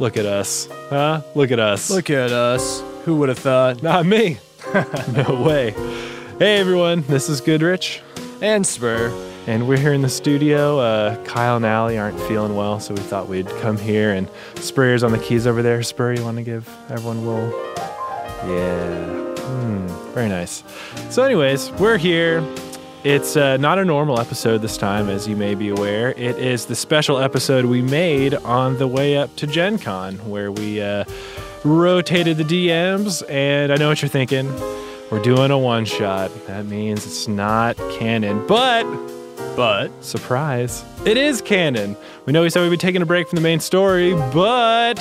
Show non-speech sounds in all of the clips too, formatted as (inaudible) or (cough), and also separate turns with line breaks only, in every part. Look at us. Huh? Look at us.
Look at us. Who would have thought?
Not me. (laughs) no way. Hey, everyone. This is Goodrich,
And Spur.
and we're here in the studio. Uh, Kyle and Allie aren't feeling well, so we thought we'd come here. And Spurrier's on the keys over there. Spurrier, you want to give everyone a little. Yeah. Hmm. very nice. So, anyways, we're here. It's uh, not a normal episode this time, as you may be aware. It is the special episode we made on the way up to Gen Con, where we uh, rotated the DMs. And I know what you're thinking. We're doing a one shot. That means it's not canon. But, but, surprise, it is canon. We know we said we'd be taking a break from the main story, but,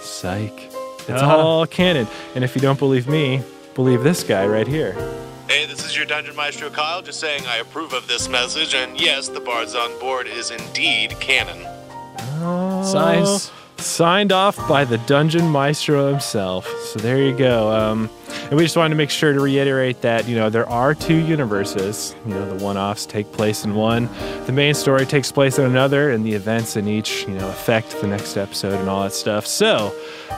psych. It's
Uh-huh.
all canon. And if you don't believe me, believe this guy right here.
Hey, this is your Dungeon Maestro Kyle, just saying I approve of this message, and yes, the Bards on Board is indeed canon.
Science.
Signed off by the dungeon maestro himself. So there you go. Um, and we just wanted to make sure to reiterate that you know there are two universes. You know the one-offs take place in one, the main story takes place in another, and the events in each you know affect the next episode and all that stuff. So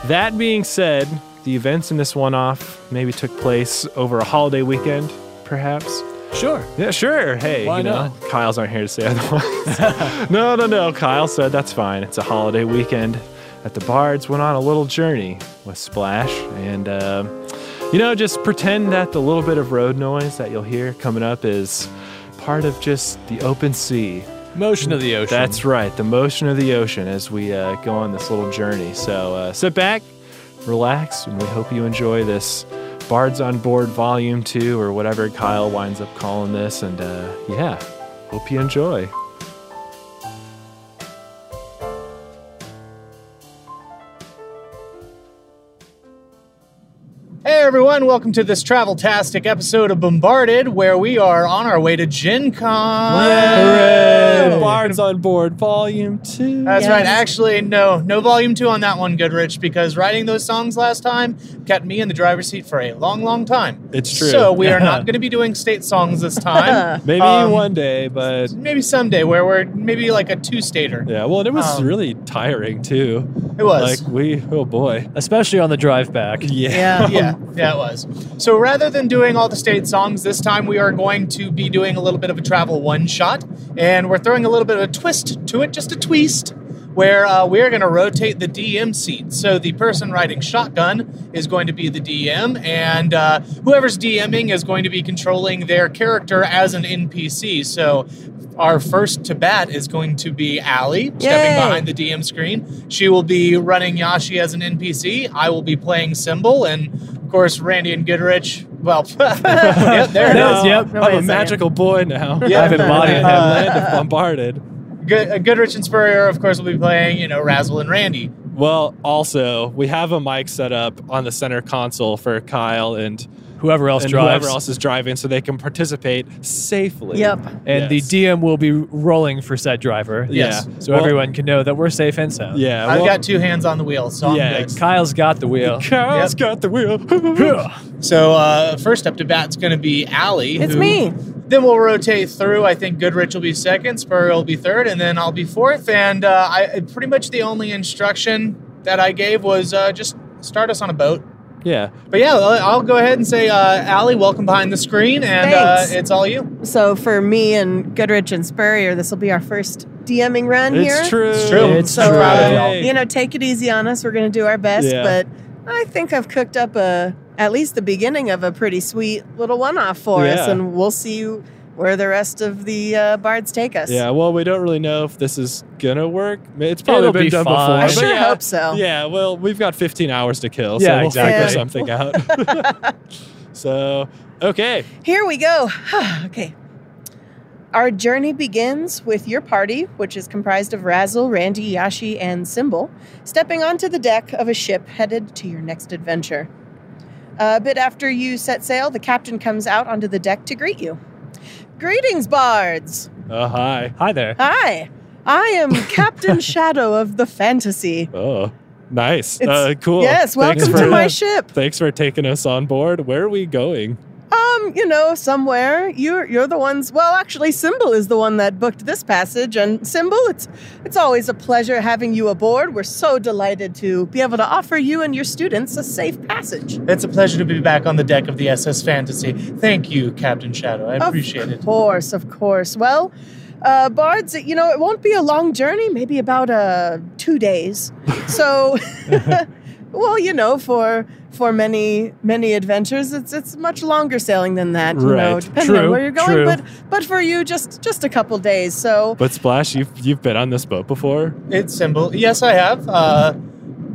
that being said, the events in this one-off maybe took place over a holiday weekend, perhaps.
Sure.
Yeah, sure. Hey,
Why
you know, Kyle's aren't here to say otherwise. (laughs) no, no, no. Kyle said that's fine. It's a holiday weekend. At the Bards, went on a little journey with Splash, and uh, you know, just pretend that the little bit of road noise that you'll hear coming up is part of just the open sea.
Motion of the ocean.
That's right, the motion of the ocean as we uh, go on this little journey. So uh, sit back, relax, and we hope you enjoy this Bards on Board Volume 2 or whatever Kyle winds up calling this. And uh, yeah, hope you enjoy.
Hey everyone, welcome to this travel-tastic episode of Bombarded, where we are on our way to Gen Con.
Hooray! Bards on Board Volume 2.
That's right. Actually, no, no volume two on that one, Goodrich, because writing those songs last time kept me in the driver's seat for a long, long time.
It's true.
So we
(laughs)
are not going to be doing state songs this time.
Maybe
Um,
one day, but
Maybe someday, where we're maybe like a two-stater.
yeah, well, it was
um,
really tiring too.
It was.
Like, we, oh boy.
Especially on the drive back.
(laughs) Yeah.
yeah, yeah, it was. So rather than doing all the state songs this time, we are going to be doing a little bit of a travel one shot, and we're throwing a little bit of a twist to it, just a twist, where uh, we are going to rotate the DM seat. So the person riding shotgun is going to be the DM, and uh, whoever's DMing is going to be controlling their character as an NPC. So. Our first to bat is going to be Allie, stepping
Yay.
behind the DM screen. She will be running Yashi as an NPC. I will be playing Symbol, and of course, Randy and Goodrich. Well, (laughs) yep, there
No,
it is.
Yep.
No,
I'm
wait a
a
second.
magical boy now.
Yeah.
I've embodied him,
Uh,
land of bombarded.
Good, uh, Goodrich and Spurrier, of course, will be playing, you know, Razzle and Randy.
Well, also, we have a mic set up on the center console for Kyle and,
Whoever else
and
drives.
whoever else is driving so they can participate safely.
Yep.
Yes.
And the DM will be rolling for said driver.
Yeah.
So
Well-
everyone can know that we're safe and sound.
Yeah.
I've
well,
got two hands on the wheel, so I'm
Yeah,
good.
Kyle's got the
(laughs)
wheel.
Kyle's
Yep.
got the wheel. (laughs)
So uh, first up to bat's going to be Allie.
It's
who-
me.
Then we'll rotate through. I think Goodrich will be second, Spurrier will be third, and then I'll be fourth. And uh, I pretty much the only instruction that I gave was uh, just start us on a boat.
yeah.
But yeah, I'll I'll go ahead and say, uh, Allie, welcome behind the screen, and uh,
Thanks.
it's all you.
So for me and Goodrich and Spurrier, this will be our first DMing run here.
It's true.
It's true.
It's
So
true.
uh, you know, take it easy on us. We're going to do our best,
Yeah.
but I think I've cooked up a at least the beginning of a pretty sweet little one-off for us,
Yeah.
and we'll see where the rest of the uh, bards take us.
Yeah, well, we don't really know if this is going to work. It's probably
It'll
been
be
done
fine.
before.
I
but
sure
yeah.
hope so.
Yeah, well, we've got 15 hours to kill, so
Yeah,
we'll figure
exactly.
something out.
(laughs)
(laughs) so, okay.
Here we go. (sighs) okay. Our journey begins with your party, which is comprised of Razzle, Randy, Yashi, and Symbol, stepping onto the deck of a ship headed to your next adventure. A bit after you set sail, the captain comes out onto the deck to greet you. Greetings, bards!
Oh, hi.
Uh, Hi there.
Hi, I
(laughs)
am Captain Shadow of the Fantasy.
Oh, nice.
It's-
Uh, cool.
Yes, welcome
(laughs) Thanks
to
for-
my ship.
Thanks for taking us on board. Where are we going?
Uh, from, you know, somewhere. You're you're the ones. Well, actually, Symbol is the one that booked this passage, and Symbol, it's it's always a pleasure having you aboard. We're so delighted to be able to offer you and your students a safe passage.
It's a pleasure to be back on the deck of the SS Fantasy. Thank you, Captain Shadow. I appreciate
Of
it.
course, of course. Well, uh, Bards, you know, it won't be a long journey, maybe about uh, two days. So, (laughs) well, you know, for for many many adventures, it's it's much longer sailing than that. You know,
Right.
depending on
True,
where you're going,
true.
but but for you, just just a couple days. So.
But Splash, you've you've been on this boat before.
It's Symbol. Yes, I have. Uh,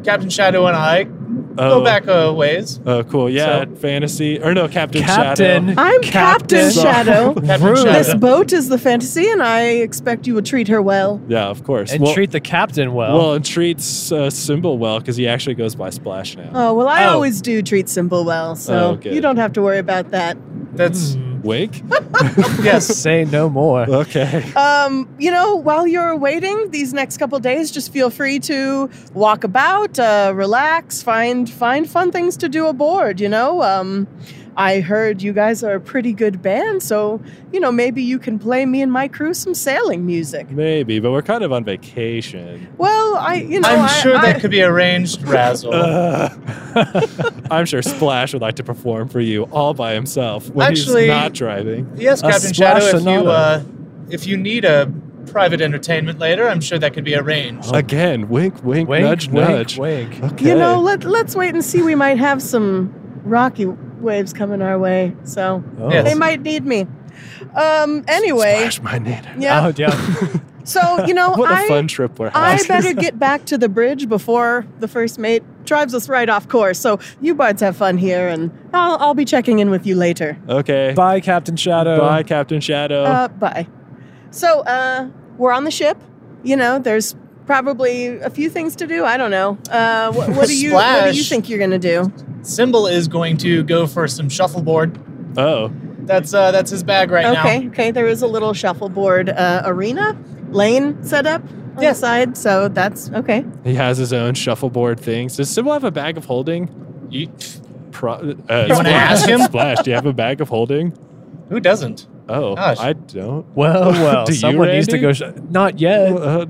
Captain Shadow and I go
Oh.
back a ways.
Oh, cool. Yeah, fantasy or no, Captain,
Captain.
Shadow.
I'm Captain,
Captain.
(laughs)
Shadow.
Captain
Rude.
Shadow.
this boat is the fantasy, and I expect you will treat her well.
Yeah, of course.
And treat the captain well.
well, and treats uh, Symbol well because he actually goes by Splash now.
Oh well, I
Oh.
always do treat Symbol well,
Oh,
so
good.
you don't have to worry about that.
That's
Oh.
Hmm.
Wink.
(laughs)
yes.
Say no more.
uh, Okay.
Um, you know, while you're waiting these next couple days, just feel free to walk about, uh, relax, find find fun things to do aboard. You know, um, I heard you guys are a pretty good band, so you know maybe you can play me and my crew some sailing music.
Maybe, but we're kind of on vacation.
Well, I you know
I'm
I-
sure
I-
that could be arranged, Razzle.
Uh,
I'm sure Splash would like to perform for you all by himself when
Actually-
he's not driving.
yes,
a
Captain
splash
Shadow. If you
sonata.
uh, if you need a private entertainment later, I'm sure that could be arranged.
Again, wink, wink,
oh. Wink,
nudge,
wink,
nudge.
wink.
Okay.
you know let let's wait and see. We might have some rocky waves coming our way, so
Oh.
Yes.
they might need me. Um, anyway,
Splash my native.
yeah.
Oh, yeah.
So you know
(laughs)
(laughs)
What a
I.
fun trip we're
I
having.
better get back to the bridge before the first mate drives us right off course. So you bards have fun here, and I'll, I'll be checking in with you later.
(laughs) okay.
Bye, Captain Shadow.
Bye, Captain
Oh.
Shadow.
Uh, bye. So uh, we're on the ship. You know, there's probably a few things to do. I don't know. Uh, what, what do you What do you
Splash.
think you're gonna do?
Symbol is going to go for some shuffleboard.
oh,
That's uh, that's his bag right now.
okay, okay. There is a little shuffleboard uh, arena lane set up on
Yeah.
the side, so that's okay.
he has his own shuffleboard things. Does Sybil have a bag of holding?
You-
Pro- uh,
wanna ask him?
Splash, do you have a bag of holding?
who doesn't?
Oh,
Gosh.
I don't. (laughs)
Well, well.
Do you,
someone needs to
Randy?
go. Sh- not yet.
Uh,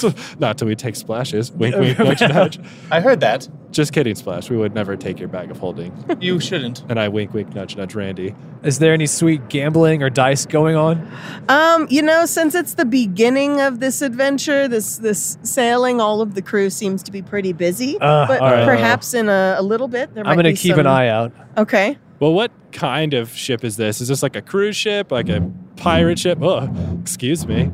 (laughs) not till we take splashes. Wink, wink,
(laughs)
nudge, nudge.
I
(laughs)
heard that.
Just kidding, Splash. We would never take your bag of holding.
You shouldn't.
And I wink, wink, nudge, nudge, Randy.
Is there any sweet gambling or dice going on?
Um, you know, since it's the beginning of this adventure, this this sailing, all of the crew seems to be pretty busy.
Ah,
Uh,
but
all right.
perhaps in a, a little bit, there
I'm
might
going to
be
keep
some-
an eye out.
Okay.
Well, what kind of ship is this? Is this like a cruise ship, like a pirate ship? Oh, excuse me.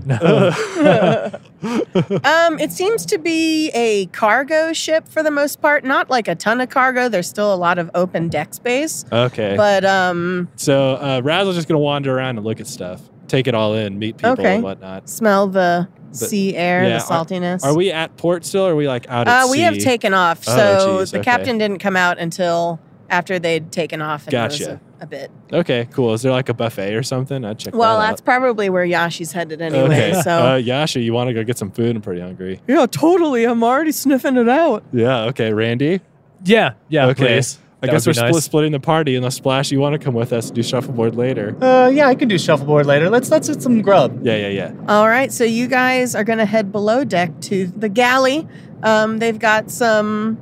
Um, it seems to be a cargo ship for the most part. Not like a ton of cargo. There's still a lot of open deck space.
Okay.
But um,
so uh, Razzle's just going to wander around and look at stuff, take it all in, meet people
Okay.
and whatnot.
smell the sea air,
yeah,
the saltiness.
Are we at port still or are we like out at
uh, we have
sea?
taken off.
Oh,
So
geez,
the
okay.
captain didn't come out until after they'd taken off. And it was
Gotcha.
a, a bit.
Okay, cool. Is there like a buffet or something? I'd check
Well,
that
that's
out.
probably where Yashi's
(laughs)
headed anyway.
Uh, Okay. (laughs)
So
Uh, Yasha, you want to go get some food? I'm pretty hungry.
yeah, totally. I'm already sniffing it out.
Yeah, okay. Randy?
Yeah, yeah,
okay.
please.
I
That
guess we're
would be
split
nice.
splitting the party unless Splash, you want to come with us and do shuffleboard later.
Uh, yeah, I can do shuffleboard later. Let's let's eat some grub.
Yeah, yeah, yeah.
All right, so you guys are going to head below deck to the galley. Um, they've got some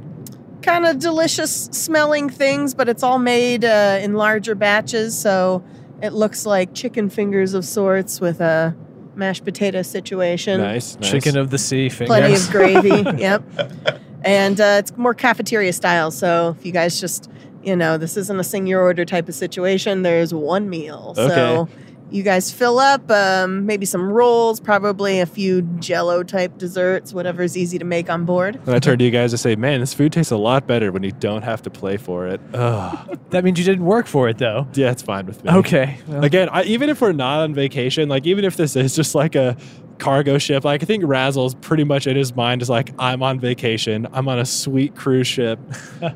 kind of delicious smelling things, but it's all made uh, in larger batches. So it looks like chicken fingers of sorts with a mashed potato situation.
Nice, nice.
Chicken of the sea fingers.
Plenty
(laughs)
of gravy. yep. And uh, it's more cafeteria style. So if you guys just, you know, this isn't a sing your order type of situation, there's one meal. So
Okay.
you guys fill up um, maybe some rolls, probably a few jello type desserts, whatever's easy to make on board.
And I turn to you guys and say, "Man, this food tastes a lot better when you don't have to play for it."
Uh,
Ugh.
that means you didn't work for it, though.
yeah, it's fine with me.
Okay. well,
Again, I, even if we're not on vacation, like even if this is just like a cargo ship, like I think Razzle's pretty much in his mind is like, "I'm on vacation. I'm on a sweet cruise
(laughs)
ship.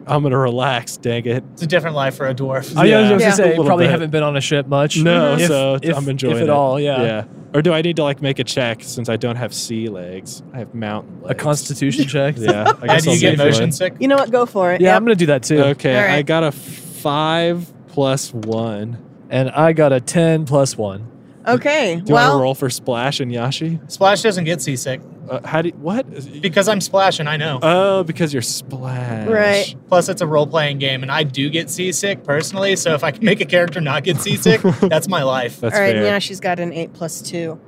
I'm gonna relax. Dang it."
It's a different life for a dwarf.
I was
Yeah.
going to
Yeah.
A
say,
little
probably
bit.
haven't been on a ship much.
No,
Mm-hmm.
If-
so
if,
I'm enjoying
if
it
at all, yeah.
Yeah. Or do I need to like make a check since I don't have sea legs? I have mountain legs. (laughs)
A constitution check.
Yeah. I
And
guess
you
I'll
get
make one.
motion sick.
You know what? Go for it.
Yeah,
Yep.
I'm going to do that too.
Okay,
All right.
I got a five plus one.
and I got a 10 plus 1.
Okay.
Do you want
well,
to roll for Splash and Yashi?
Splash doesn't get seasick
Uh, how do you, what?
because I'm splashing. I know.
Oh, because you're Splash.
Right.
Plus, it's a role playing game, and I do get seasick personally. So if I can make a character not get seasick,
(laughs)
that's my life.
That's
all right.
fair.
Yeah, she's got an eight plus two.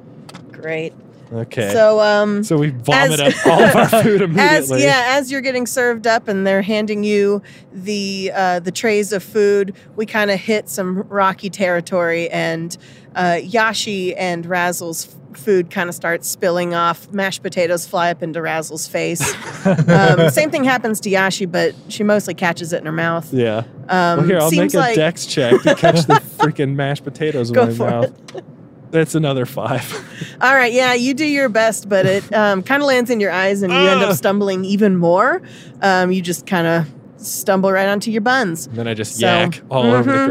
Great.
Okay. So,
So um,
we vomit
as-
up all of our
(laughs)
food
as
immediately.
yeah, as you're getting served up and they're handing you the uh, the trays of food, we kind of hit some rocky territory, and uh, Yashi and Razzle's f- food kind of starts spilling off. Mashed potatoes fly up into
(laughs)
Razzle's face. um, same thing happens to Yashi, but she mostly catches it in her mouth.
Yeah.
Um,
well, here I'll make
seems
a
like
dex check to catch
(laughs)
the freaking mashed potatoes in
Go
my
for
mouth. That's another five. (laughs)
all right, yeah, you do your best, but it um, kind of lands in your eyes, and you end up
Ah.
stumbling even more. Um, you just kind of stumble right onto your buns.
And then I just
So-
yak all over the
Mhm.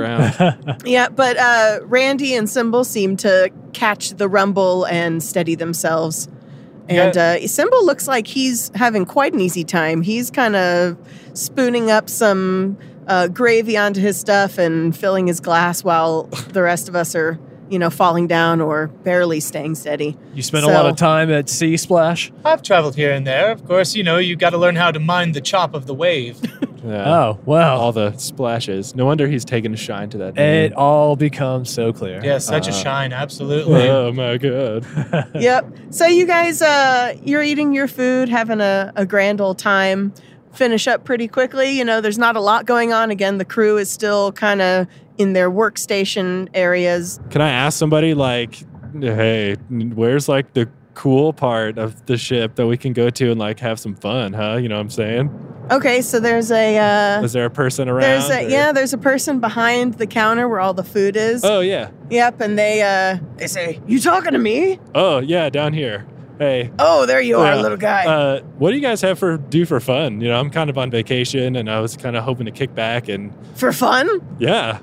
ground.
(laughs)
Yeah, but uh, Randy and Symbol seem to catch the rumble and steady themselves. And uh, Symbol looks like he's having quite an easy time. He's kind of spooning up some uh, gravy onto his stuff and filling his glass while the rest of us are, you know, falling down or barely staying steady.
You spent a lot of
So-
time at Sea Splash?
I've traveled here and there. Of course, you know, you got to learn how to mind the chop of
(laughs)
the wave.
Yeah.
Oh, wow.
All the splashes. No wonder he's taken a shine to that. name.
It all becomes so clear.
Yes, such a
Uh,
shine, absolutely.
Oh my god.
yep. So you guys, uh, you're eating your food, having a, a grand old time. Finish up pretty quickly. You know, there's not a lot going on. Again, the crew is still kind of in their workstation areas.
(laughs) Can I ask somebody like, hey, where's like the cool part of the ship that we can go to and like have some fun, huh? You know what I'm saying?
Okay, so there's a uh,
Is there a person around?
there's a
or-
yeah there's a person behind the counter where all the food is.
Oh yeah.
Yep, and they uh, they say, "You talking to me?
Oh yeah, down here. Hey.
Oh, there you are,
Yeah.
little guy."
Uh, what do you guys have for do for fun? You know, I'm kind of on vacation and I was kind of hoping to kick back and
For fun?
yeah,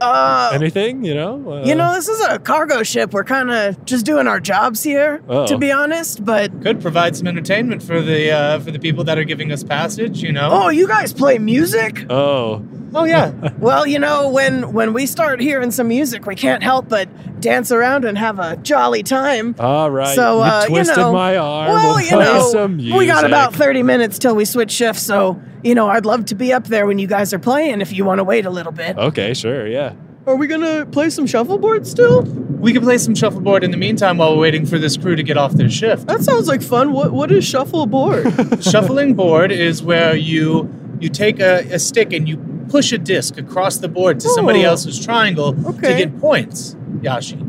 Uh,
anything, you know? Uh,
you know, this is a cargo ship. We're kind of just doing our jobs here,
Oh.
to be honest. But
Could provide some entertainment for the uh, for the people that are giving us passage, you know.
Oh, you guys play music?
Oh,
Oh yeah,
(laughs) Well, you know, when when we start hearing some music, we can't help but dance around and have a jolly time.
all right.
So,
You
uh, you
twisted
know-
my arm.
well,
We'll
you
play
know,
some
we got
music.
about 30 minutes till we switch shifts, so, you know, I'd love to be up there when you guys are playing if you want to wait a little bit.
Okay, sure, yeah.
Uh, Are we going to play some shuffleboard still?
we could play some shuffleboard in the meantime while we're waiting for this crew to get off their shift.
That sounds like fun. What what is shuffleboard?
Shuffling board is where you you take a, a stick and you push a disc across the board to somebody
Oh.
else's triangle
Okay.
to get points, Yashi.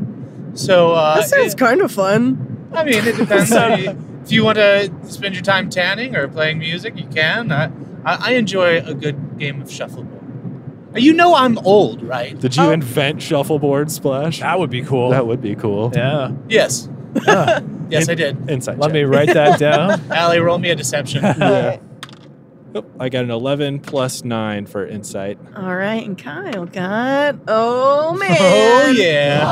So uh,
(laughs) that sounds
it-
kind of fun.
I mean, it
(laughs)
depends. if, you, if you want to spend your time tanning or playing music, you can. I, I, I enjoy a good game of shuffleboard. Uh, You know I'm old, right?
Did you
Oh.
invent shuffleboard splash?
That would be cool.
That would be cool.
yeah.
(laughs)
Yes.
Ah,
Yes, I did.
Insight
let
check.
me write
(laughs)
that down.
Allie, roll me a
(laughs)
deception.
Yeah. Oh, I got an 11 plus 9 for insight.
All right, and Kyle got (laughs) oh man.
Oh, yeah.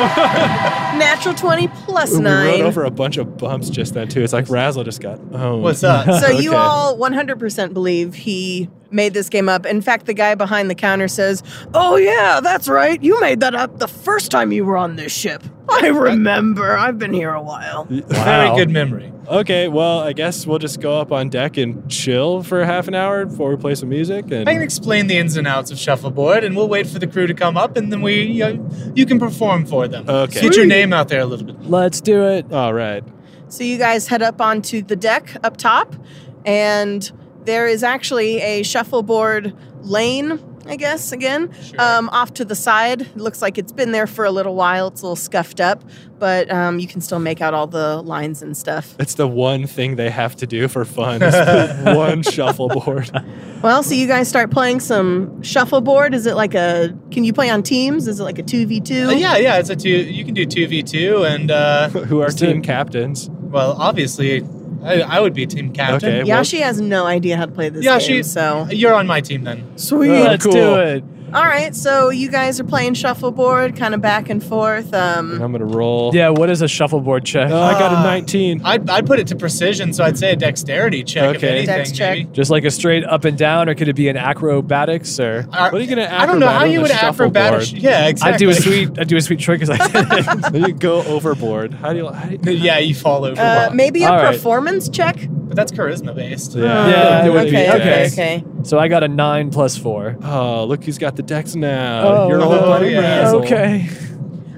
Natural 20 plus
Ooh,
9.
We rode over a bunch of bumps just then, too. It's like Razzle just got owned.
What's up?
So you
Okay.
all 100% believe he made this game up. In fact, the guy behind the counter says, "Oh yeah, that's right. You made that up the first time you were on this ship. I remember. I've been here a while."
Very
Wow.
good memory.
Okay, well, I guess we'll just go up on deck and chill for half an hour before we play some music. And
I can explain the ins and outs of shuffleboard, and we'll wait for the crew to come up, and then we you, you can perform for them.
Okay.
Get your name out there a little bit.
Let's do it.
All right.
So you guys head up onto the deck up top and there is actually a shuffleboard lane, I guess, again,
Sure.
um, off to the side. It looks like it's been there for a little while. It's a little scuffed up, but um, you can still make out all the lines and stuff.
It's the one thing they have to do for fun
(laughs)
is the one shuffleboard.
Well, so you guys start playing some shuffleboard. Is it like a? Can you play on teams? Is it like a two v
Uh,
two?
yeah, yeah, it's a two. You can do two v two, and uh,
Who are
Let's do
team
it.
captains?
well, obviously, I, I would be team captain.
Okay.
Yashi has no idea how to play this
Yashi-
game, so
You're on my team then.
sweet.
Oh,
Let's
cool.
do it.
All All right, so you guys are playing shuffleboard, kind of back and forth.
And
Um,
I'm gonna roll.
Yeah, what is a shuffleboard check?
Oh, I got a
Ah.
19.
I'd, I'd put it to precision, so I'd say a dexterity check.
Okay.
If anything,
Dex check.
maybe.
Just like a straight up and down, or could it be an acrobatics or?
Ar-
What are you gonna?
I don't know
acrobat
how
on
you
the
would acrobatic.
shuffleboard?
Yeah, exactly.
I do a sweet, I do a sweet
(laughs)
trick as I did.
you go overboard. How do you? How do you
(laughs) yeah, you fall over.
uh, maybe a
All right.
performance check.
but that's charisma based.
Uh,
Yeah.
Yeah, it would be
okay, okay,
dex.
okay.
so I got a nine plus four.
Oh, look who's got the decks now.
Oh,
You're
no.
old buddy
Yeah.
Razzle.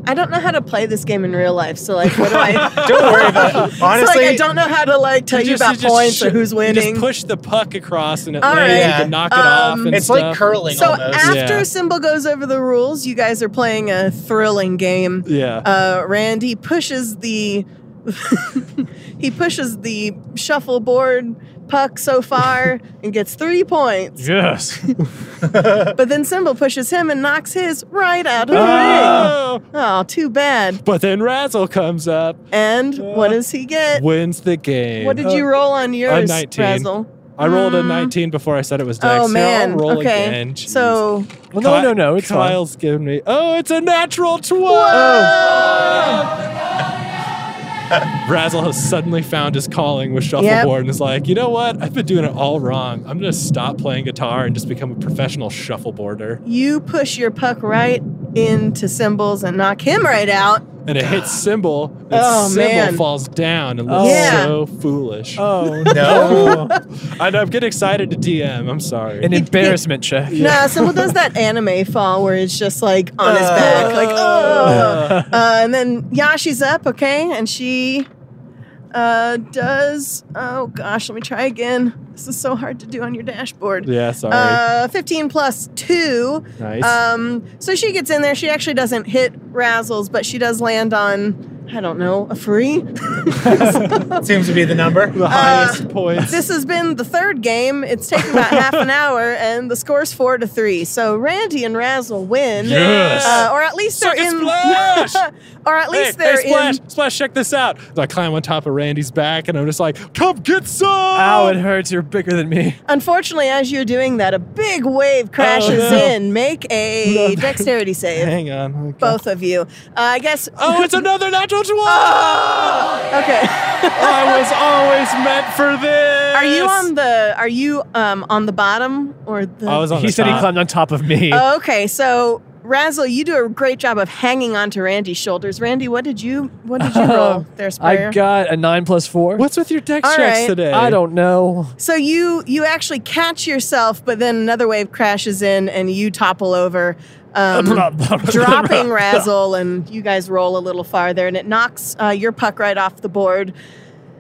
I don't know how to play this game in real life, so like, what do I?
Don't worry about
(laughs)
it. Honestly,
it's like I don't know how to like tell you,
just-
about
just
points or
sh-
who's
You
winning.
just push the puck across and it
All
lands.
right.
You can knock it
Um,
off. And
it's like
stuff.
curling
so
almost.
after
Yeah.
Symbol goes over the rules, you guys are playing a thrilling game.
Yeah.
uh, Randy pushes the (laughs) he pushes the shuffleboard puck so far and gets three points.
Yes.
But then Symbol pushes him and knocks his right out of the ring.
Oh.
Oh, too bad.
But then Razzle comes up,
And what does he get?
wins the game.
What did you roll on yours,
19.
Razzle?
I rolled a
Mm.
19 before I said it was Dex.
Oh man.
Now I'll roll
okay.
again. Jeez.
So
Well, no,
Ky-
no, no. It's fine.
Kyle's giving me. Oh, it's a natural 12. (laughs) Razzle has suddenly found his calling with shuffleboard and is like, you know what? I've been doing it all wrong. I'm gonna stop playing guitar and just become a professional shuffleboarder.
you push your puck right into Symbols and knock him right out.
And it hits cymbal. And
Oh,
cymbal
man.
falls down and looks
Yeah.
so foolish.
Oh
(laughs)
No.
I know, I'm getting excited to DM. I'm sorry.
An embarrassment check.
Nah, Symbol does that anime fall where it's just like on
Uh.
his back, like oh. Uh, and then Yashi's up, okay, and she uh, does. Oh gosh, let me try again. This is so hard to do on your dashboard.
yeah, sorry.
Uh, 15 plus two.
nice.
Um, so she gets in there. She actually doesn't hit Razzles, but she does land on, I don't know, a free.
Seems to be the number.
the
Uh,
highest points.
This has been the third game. It's taken about half an hour, and the score's four to three. So Randy and Razzle win.
Yes.
Uh, or at least they're
Suck and
in.
splash!
(laughs) or at
Hey,
least
hey,
they're
Splash,
in.
Splash, check this out. So I climb on top of Randy's back and I'm just like, come get some!
Ow! It hurts. You're bigger than me.
Unfortunately, as you're doing that, a big wave crashes
Oh, no.
in. Make a dexterity save,
Hang on. okay.
both of you. Uh, I guess.
Oh,
(laughs)
it's another natural 12!
Ah.
okay.
I was always meant for this!
Are you on the? Are you um on the bottom or the?
I was on
He
the
said he
top.
climbed on top of me.
Oh, okay, so Razzle, you do a great job of hanging onto Randy's shoulders. Randy, what did you? What
(laughs)
did you roll there, Spire?
I got a nine plus four.
What's with your deck
All
checks
right.
today?
I don't know.
(laughs)
so you you actually catch yourself, but then another wave crashes in and you topple over.
(laughs)
Um, dropping Razzle, and you guys roll a little farther, and it knocks uh, your puck right off the board,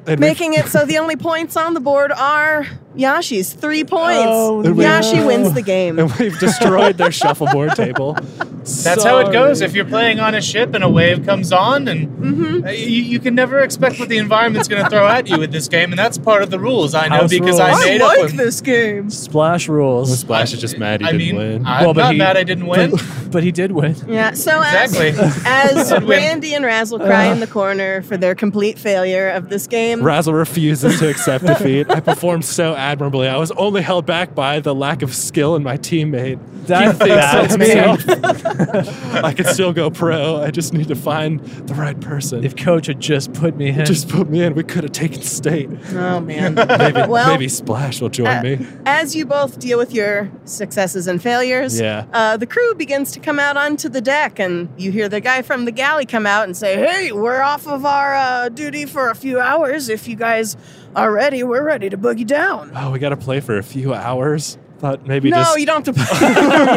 And we-
making it so the only points on the board are Yashi's three points.
Oh,
no.
Yashi wins the game.
and we've destroyed their shuffleboard table.
That's how it goes. If you're playing on a ship and a wave comes on, and
Mm-hmm.
uh, you, you can never expect what the environment's going to throw at you with this game, and that's part of the rules. I know
House
because
rules.
I
I
made up.
like
with-
this game.
Splash rules.
Splash is just mad he
I
didn't
mean,
win.
I'm
Well, but
not
he-
mad I didn't win.
But he did win.
Yeah. So as,
exactly.
as
(laughs) Good win.
Randy and Razzle cry in the corner for their complete failure of this game,
Razzle refuses to accept defeat. I performed so admirably. I was only held back by the lack of skill in my teammate.
That, that's me.
I could still go pro. I just need to find the right person.
If Coach had just put me in,
just put me in. We could have taken state.
oh man.
Maybe,
Well,
maybe Splash will join
uh,
me.
as you both deal with your successes and failures,
Yeah.
uh, the crew begins to come out onto the deck, and you hear the guy from the galley come out and say, "Hey, we're off of our uh, duty for a few hours. If you guys are ready, we're ready to boogie down."
Oh, we got to play for a few hours. Thought maybe
no,
just.
you don't have to play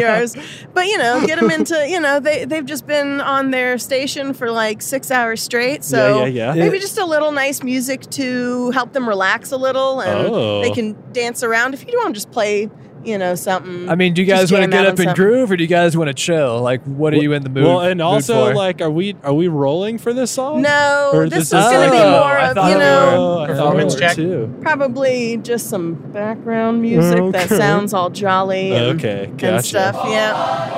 (laughs)
yours. But you know, get them into you know they they've just been on their station for like six hours straight, so
yeah, yeah, yeah.
maybe just a little nice music to help them relax a little, and
Oh.
they can dance around. If you want, to just play you know something.
I mean, do you guys
Just
want to
jam
get up
out on
and
something.
groove, or do you guys want to chill? Like, what are you in the mood?
well, and
mood
also
for?
like, are we are we rolling for this song?
no,
Or
this is
this is-
going to be
Oh,
more
I
of
thought
you
we
know
Oh, I thought we
Performance
were
check.
too.
probably just some background music
Okay.
that sounds all jolly and,
Okay,
and
gotcha.
stuff. Yeah,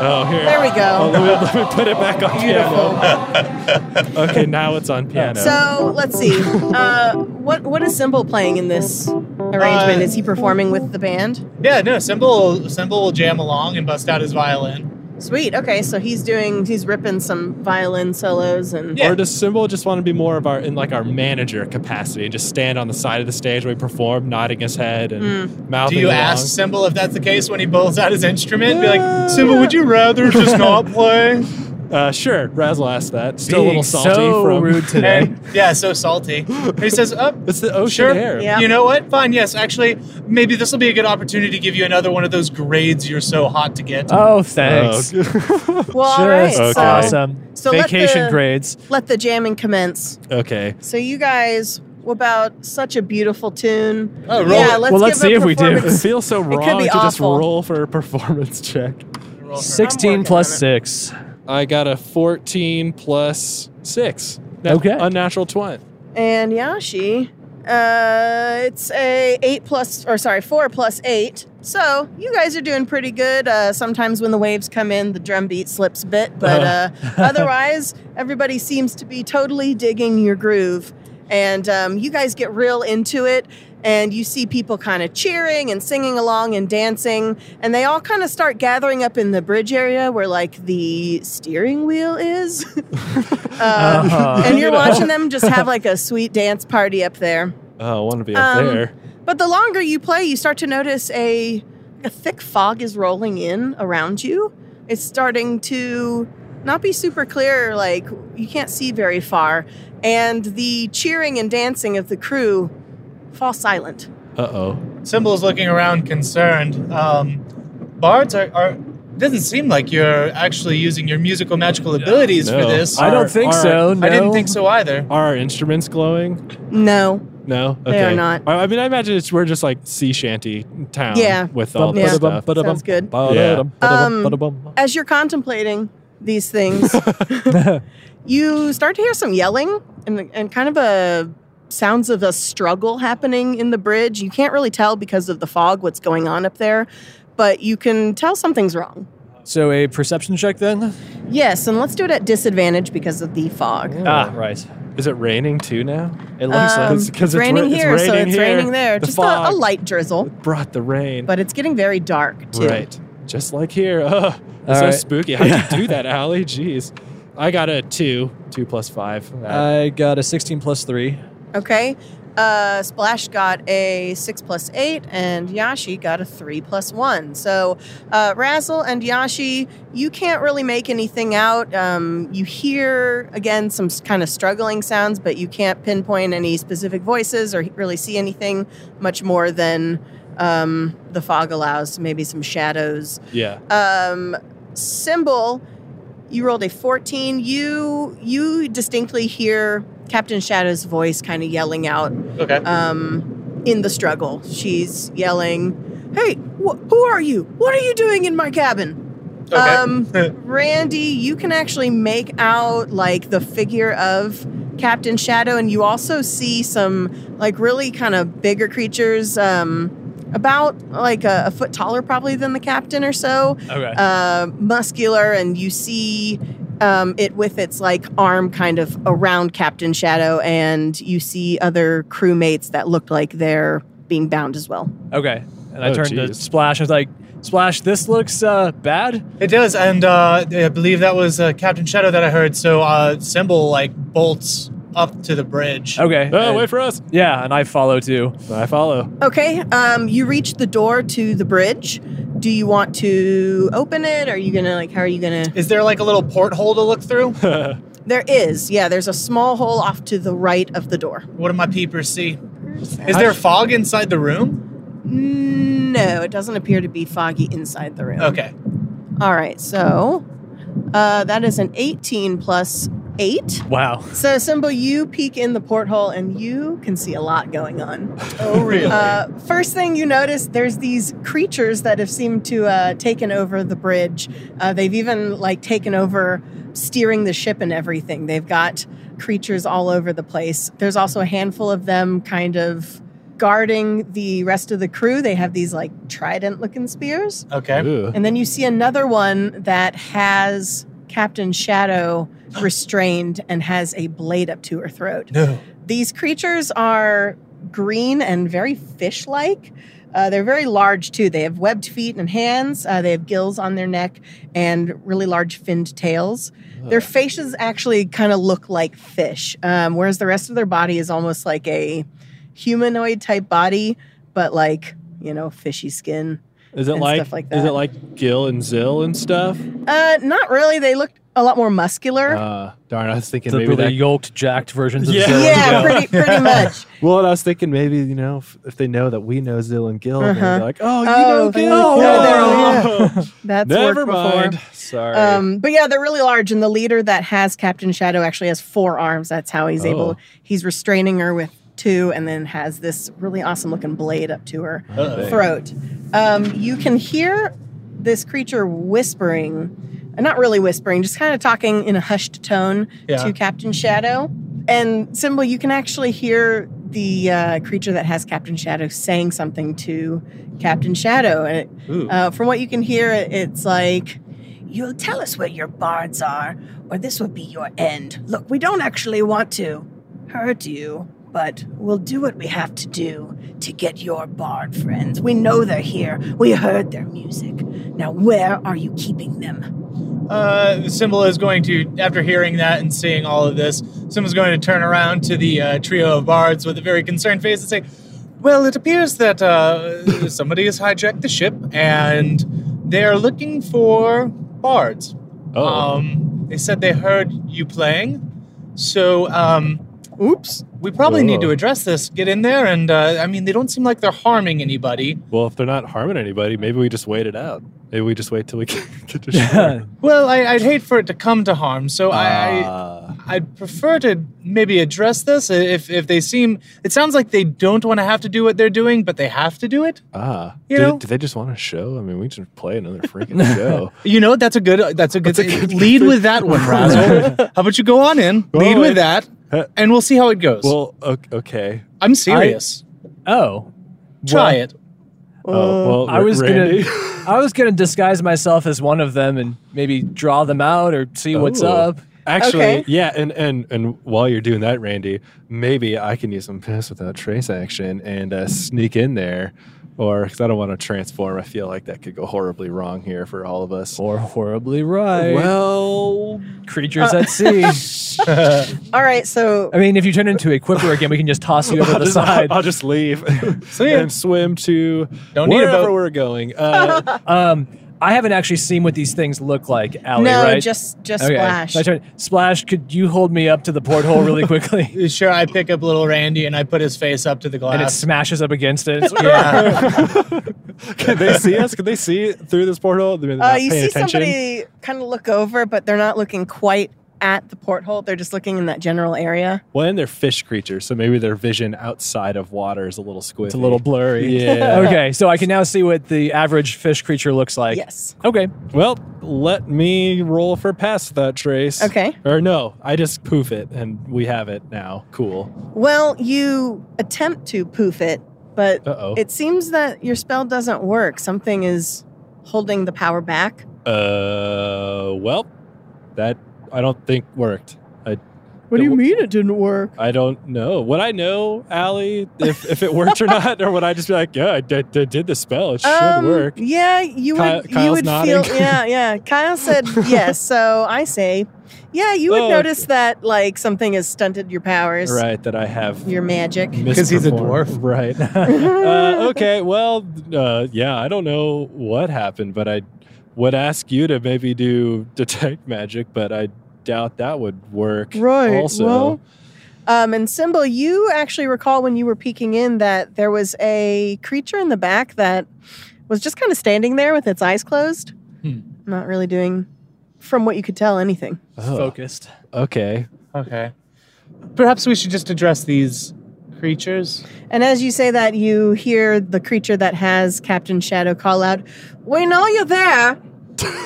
Oh, here.
there we
Oh,
go.
let, me, let me put it back
(laughs)
on
Beautiful.
piano. Okay, now it's on piano.
So let's see. Uh, what what is cymbal playing in this arrangement?
Uh,
Is he performing with the band?
Yeah, no, Symbol Symbol will jam along and bust out his violin.
Sweet. Okay, so he's doing he's ripping some violin solos and
Yeah.
Or does Symbol just want to be more of our in like our manager capacity and just stand on the side of the stage where we perform, nodding his head and
Hmm.
mouthing
Do you
along?
ask Symbol if that's the case when he pulls out his instrument? Be like, Symbol, would you rather (laughs) just not play?
Uh, sure, Razzle asked that. Still a
Being
little salty
so
from
rude
(laughs)
today.
And yeah, so salty. He says, "Up."
It's the ocean
Sure.
air.
Yeah.
You know what? Fine. Yes, actually, maybe this will be a good opportunity to give you another one of those grades you're so hot to get.
Oh, thanks.
Oh,
well, all
sure,
right.
that's
So
awesome.
so let
Vacation
the-
grades.
let the jamming commence.
okay.
So you guys, what about such a beautiful tune?
oh, roll
yeah,
it.
let's give
Well, let's
a
see if we do.
It
(laughs)
performance.
feels so
could
wrong
be
to just
awful.
roll for a performance check.
Roll for it.
I'm
16
working
plus
on it.
6.
I got a 14 plus 6. Nat-
Okay.
Unnatural 20.
And Yashi, uh, it's a eight plus, or sorry, four plus eight. So you guys are doing pretty good. Uh, sometimes when the waves come in, the drum beat slips a bit, but uh, otherwise, everybody seems to be totally digging your groove, and um, you guys get real into it. And you see people kind of cheering and singing along and dancing, and they all kind of start gathering up in the bridge area where like the steering wheel is. um,
Uh-huh.
and you're watching them just have like a sweet dance party up there.
Oh, I want to be up
Um,
there.
But the longer you play, you start to notice a, a thick fog is rolling in around you. It's starting to not be super clear, like you can't see very far. And the cheering and dancing of the crew fall silent.
Uh oh.
Symbol's looking around concerned. Um, bards are, are. Doesn't seem like you're actually using your musical magical abilities
No.
for this.
I don't think
All right.
so. No.
I didn't think so either.
Are our instruments glowing?
No.
No, okay.
They are not.
I, I mean, I imagine it's we're just like sea shanty town.
Yeah.
with all
Bum,
this
Yeah.
bada bum,
stuff.
bada bum,
Sounds good.
bada
Yeah.
bum, bada bum,
Um,
bada bum.
As you're contemplating
(laughs)
these things, you start to hear some yelling and, and kind of a sounds of a struggle happening in the bridge. You can't really tell because of the fog what's going on up there, but you can tell something's wrong.
So a perception check then.
Yes, and let's do it at disadvantage because of the fog.
Ah, right.
Is it raining too now? It
Um,
it's 'cause
it's raining
ra-
here, so it's
here.
raining there.
The
Just a, a
fog
light drizzle,
brought the rain.
but it's getting very dark too.
right, just like here. Ugh,
All
it's so
right.
spooky. How would
(laughs)
you do that, Allie? Jeez, I got a two, two plus five. Uh,
I got a 16 plus 3.
Okay. Uh, Splash got a 6 plus 8, and Yashi got a 3 plus 1. So, uh, Razzle and Yashi, you can't really make anything out. Um, you hear, again, some s- kind of struggling sounds, but you can't pinpoint any specific voices or really see anything much more than um, the fog allows, maybe some shadows
yeah,
um, symbol you rolled a 14 you you distinctly hear captain shadow's voice kind of yelling out
Okay.
um, in the struggle she's yelling hey wh- who are you what are you doing in my cabin
Okay.
um, randy you can actually make out like the figure of captain shadow and you also see some like really kind of bigger creatures um, about like a, a foot taller probably than the captain or so
Okay.
uh, muscular, and you see um, it with its like arm kind of around Captain Shadow, and you see other crewmates that look like they're being bound as well.
Okay. And I
Oh,
turned to
geez.
Splash. I was like, Splash, this looks uh, bad.
It does, and uh, I believe that was uh, Captain Shadow that I heard. So uh, Symbol like bolts up to the bridge.
Okay.
oh,
And-
wait for us.
yeah, and I follow too.
I follow.
Okay, um, you reach the door to the bridge. Do you want to open it? Are you gonna like? How are you gonna?
Is there like a little porthole to look through?
There is, yeah. There's a small hole off to the right of the door.
what do my peepers see? Is there fog inside the room?
No, it doesn't appear to be foggy inside the room.
Okay.
All right, so uh, that is an 18 plus eight.
Wow.
So, Symbol, you peek in the porthole and you can see a lot going on.
Oh, really?
Uh, first thing you notice, there's these creatures that have seemed to uh, taken over the bridge. Uh, they've even like taken over steering the ship and everything. They've got creatures all over the place. There's also a handful of them kind of guarding the rest of the crew. They have these like trident looking spears.
okay.
Ooh.
And then you see another one that has Captain Shadow restrained and has a blade up to her throat.
No.
These creatures are green and very fish like. Uh, they're very large too. They have webbed feet and hands. Uh, they have gills on their neck and really large finned tails. Their faces actually kind of look like fish, um, whereas the rest of their body is almost like a humanoid type body, but like, you know, fishy skin.
Is it
and
like,
stuff like
is it
that.
like Gil and Zill and stuff?
Uh, not really. They look a lot more muscular.
Uh, (laughs) darn, I was thinking
The,
maybe
the
that.
yoked, jacked versions of
Yeah.
Zero.
yeah,
(laughs)
pretty pretty much.
Well, and I was thinking maybe you know if, if they know that we know Zill and Gil,
Uh-huh.
they're like, oh, you
Oh,
know
they
Gil.
know
Oh,
Gil, That's
Never
worked
mind.
before.
Sorry.
Um, but yeah, they're really large, and the leader that has Captain Shadow actually has four arms. That's how he's
Oh.
able. He's restraining her with two, and then has this really awesome looking blade up to her throat. Um, you can hear this creature whispering, uh, not really whispering, just kind of talking in a hushed tone
Yeah.
to Captain Shadow. And Symbol, you can actually hear the uh, creature that has Captain Shadow saying something to Captain Shadow. And it,
Ooh.
uh, from what you can hear, it- it's like, You'll tell us where your bards are, or this will be your end. Look, we don't actually want to hurt you, but we'll do what we have to do to get your bard friends. We know they're here, we heard their music. Now, where are you keeping them?
Uh, Symbol is going to, after hearing that and seeing all of this, Symbol's going to turn around to the uh, trio of bards with a very concerned face and say, Well, it appears that uh, somebody has hijacked the ship and they're looking for bards.
Oh.
Um, they said they heard you playing, so um,
Oops.
we probably need to
Whoa.
address this. Get in there, and uh, I mean, they don't seem like they're harming anybody.
well, if they're not harming anybody, maybe we just wait it out. Maybe we just wait till we (laughs) get to
Yeah.
shore.
Well, I, I'd hate for it to come to harm, so I. I
Ah.
I'd prefer to maybe address this if if they seem. It sounds like they don't want to have to do what they're doing, but they have to do it.
Ah,
You
do,
know?
do they just want a show? I mean, we just play another freaking (laughs) show.
You know, that's a good. That's a good. lead with that one, (laughs) Razzle. How about you go on in, lead
Oh,
with that,
uh,
and we'll see how it goes.
Well, o- okay.
I'm serious.
Oh,
Try it.
Uh,
oh, well,
I was
Randy.
gonna, (laughs) I was gonna disguise myself as one of them and maybe draw them out or see what's
Ooh.
up.
Actually,
Okay.
yeah, and and and while you're doing that, Randy, maybe I can use some piss without trace action and uh, sneak in there, or because I don't want to transform. I feel like that could go horribly wrong here for all of us.
Or horribly right.
Well, uh,
Creatures at
(laughs)
sea.
All right, so
I mean, if you turn into a quipper again, we can just
(laughs)
toss you over
I'll
the
just,
side.
I'll, I'll just leave (laughs)
ya.
and swim to
Don't need a
wherever
boat.
we're going. Uh, (laughs)
Um, I haven't actually seen what these things look like, Allie,
no,
right?
just just
Okay,
splash.
so I turn- Splash, could you hold me up to the porthole
(laughs)
really quickly?
Sure, I pick up little Randy and I put his face up to the
and it
glass.
smashes up
(laughs)
against it.
(laughs) yeah.
Can they see us? Can they see through this portal? They're
Uh,
not
you
paying
see
attention.
somebody kind of look over, but they're not looking quite at the porthole. They're just looking in that general area.
Well, and they're fish creatures, so maybe their vision outside of water is a little squishy.
It's a little blurry.
Yeah.
Okay, so I can now see what the average fish creature looks like.
yes.
Okay.
Well, let me roll for pass that trace.
Okay.
Or no, I just poof it and we have it now. Cool.
Well, you attempt to poof it, but
Uh oh.
it seems that your spell doesn't work. Something is holding the power back.
Uh, well, that I don't think worked.
What
do you
mean it didn't work?
I don't know. Would I know, Allie, if, if it worked or (laughs) not? Or would I just be like, yeah, I did, did- did the spell. It should
Um,
work.
Yeah, you
Kyle-
would. you
Kyle's
would
nodding.
feel.
(laughs)
Yeah, yeah. Kyle said yes, so I say, yeah. You would
Oh,
notice that like something has stunted your powers,
Right, that I
(laughs)
have
your magic.
(laughs) Because
he's a dwarf.
Right. (laughs) uh, okay. Well, uh, yeah, I don't know what happened, but I would ask you to maybe do (laughs) detect magic, but I doubt that would work.
Right,
Also,
well- Um, and Symbol, you actually recall when you were peeking in that there was a creature in the back that was just kind of standing there with its eyes closed,
Hmm.
not really doing, from what you could tell, anything.
Oh,
Focused.
okay.
okay. Perhaps we should just address these creatures.
And as you say that, you hear the creature that has Captain Shadow call out, "We know you're there.
(laughs)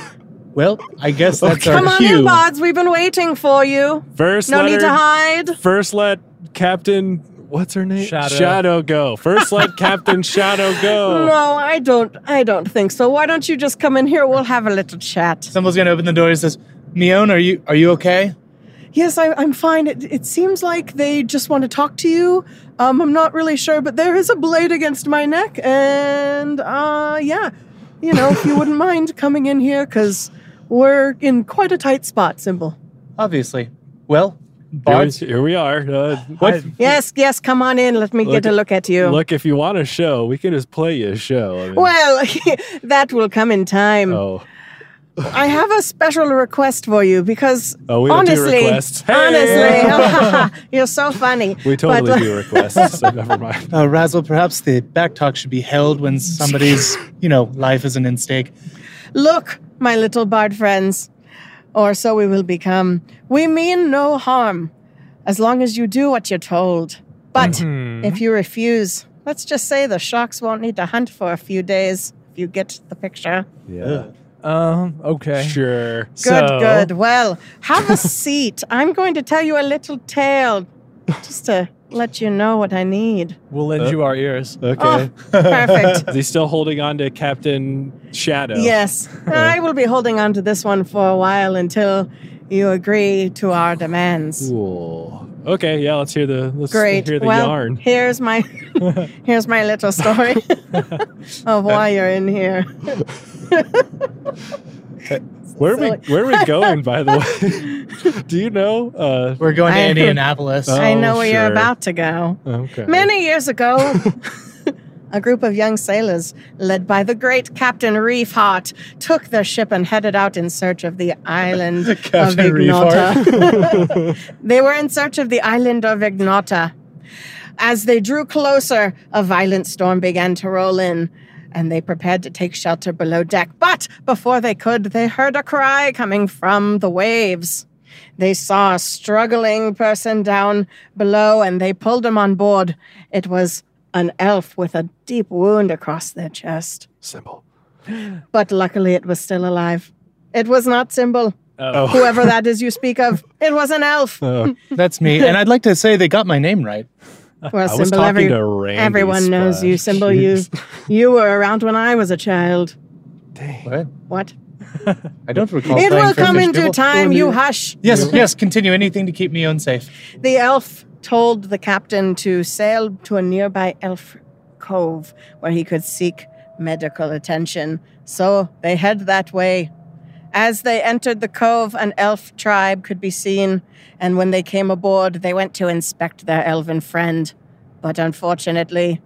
Well, I guess that's
Come
our
on
cue.
in, Bods. We've been waiting for you.
First,
No
let
need to
her-
hide."
First, let Captain. What's her name?
Shadow.
go. First,
(laughs)
let Captain Shadow go.
No, I don't. I don't think so. Why don't you just come in here? We'll have a little chat.
Someone's gonna open the door and says, Mion, are you are you okay?
Yes, I, I'm fine. It, it seems like they just want to talk to you. Um, I'm not really sure, but there is a blade against my neck, and uh, yeah, you know, if you (laughs) wouldn't mind coming in here, because we're in quite a tight spot, Symbol.
Obviously. Well,
Here,
Bard,
we- here we are. Uh,
what?
Yes, yes, come on in. Let me
Look-
get a look at you.
Look, if you want a show, we can just play you a show. I mean,
Well, (laughs) that will come in time.
Oh,
I have a special request for you because
Oh, we don't do
honestly,
requests. Hey! (laughs)
honestly, (laughs) you're so funny.
we totally
but,
do requests, so never
(laughs)
mind.
Uh, Razzle, perhaps the back talk should be held
(laughs)
when somebody's, you know, life isn't in stake.
(laughs) Look, my little bard friends, or so we will become. We mean no harm as long as you do what you're told. But
Mm-hmm.
if you refuse, let's just say the sharks won't need to hunt for a few days if you get the picture.
Yeah,
Um. Okay.
sure.
Good,
So-
good. Well, have
(laughs)
a seat. I'm going to tell you a little tale just to let you know what I need.
We'll
Uh.
lend you our ears.
Okay.
Oh,
(laughs)
perfect.
Is he still holding on to Captain Shadow?
(laughs) Yes. I will be holding on to this one for a while until you agree to our demands.
Cool. Okay. Yeah. Let's hear the let's
Great.
hear the
well,
yarn.
here's my
(laughs)
here's my little story of why you're in here.
Where are we
silly.
Where are we going? By the
(laughs)
way, do you know? Uh,
We're going to
I-
Indianapolis.
I
Oh,
know where you're
sure.
about to go.
okay.
Many years ago, (laughs) a group of young sailors, led by the great Captain Reefheart, took their ship and headed out in search of the island of
Captain
Ignota. (laughs) they were in search of the island of Ignota. As they drew closer, a violent storm began to roll in. And they prepared to take shelter below deck. But before they could, they heard a cry coming from the waves. They saw a struggling person down below and they pulled him on board. It was an elf with a deep wound across their chest.
Simple.
But luckily, it was still alive. It was not Symbol.
Oh.
Whoever that is you speak of, it was an elf.
Oh,
That's me. And I'd like to say they got my name right.
Well,
I was
Symbol,
talking
every-
to Randy.
everyone knows
Spud.
you.
(laughs)
Symbol, you, you were around when I was a child.
What?
What?
I don't recall.
it
playing
will
for
come
Fish
in due
People.
time. You hush.
Yes, yes, continue. Anything to keep me on safe.
The elf told the captain to sail to a nearby elf cove where he could seek medical attention. So they head that way. As they entered the cove, an elf tribe could be seen, and when they came aboard, they went to inspect their elven friend. But unfortunately,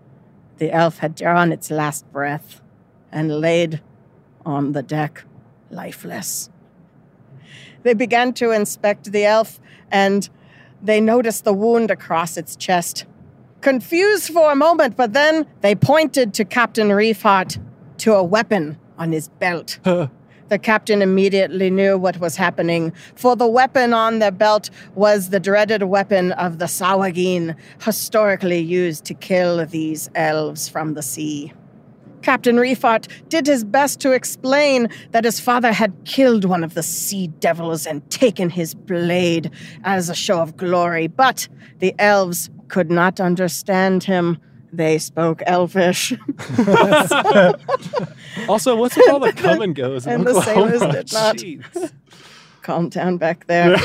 the elf had drawn its last breath and laid on the deck, lifeless. They began to inspect the elf, and they noticed the wound across its chest. Confused for a moment, but then they pointed to Captain Reefheart to a weapon on his belt. the captain immediately knew what was happening, for the weapon on their belt was the dreaded weapon of the Sawagin, historically used to kill these elves from the sea. Captain Reefart did his best to explain that his father had killed one of the sea devils and taken his blade as a show of glory, but the elves could not understand him. They spoke elfish, (laughs)
Also, what's with all the come and goes? in
(laughs) and the
Oklahoma?
sailors did not.
Jeez.
Calm down back there.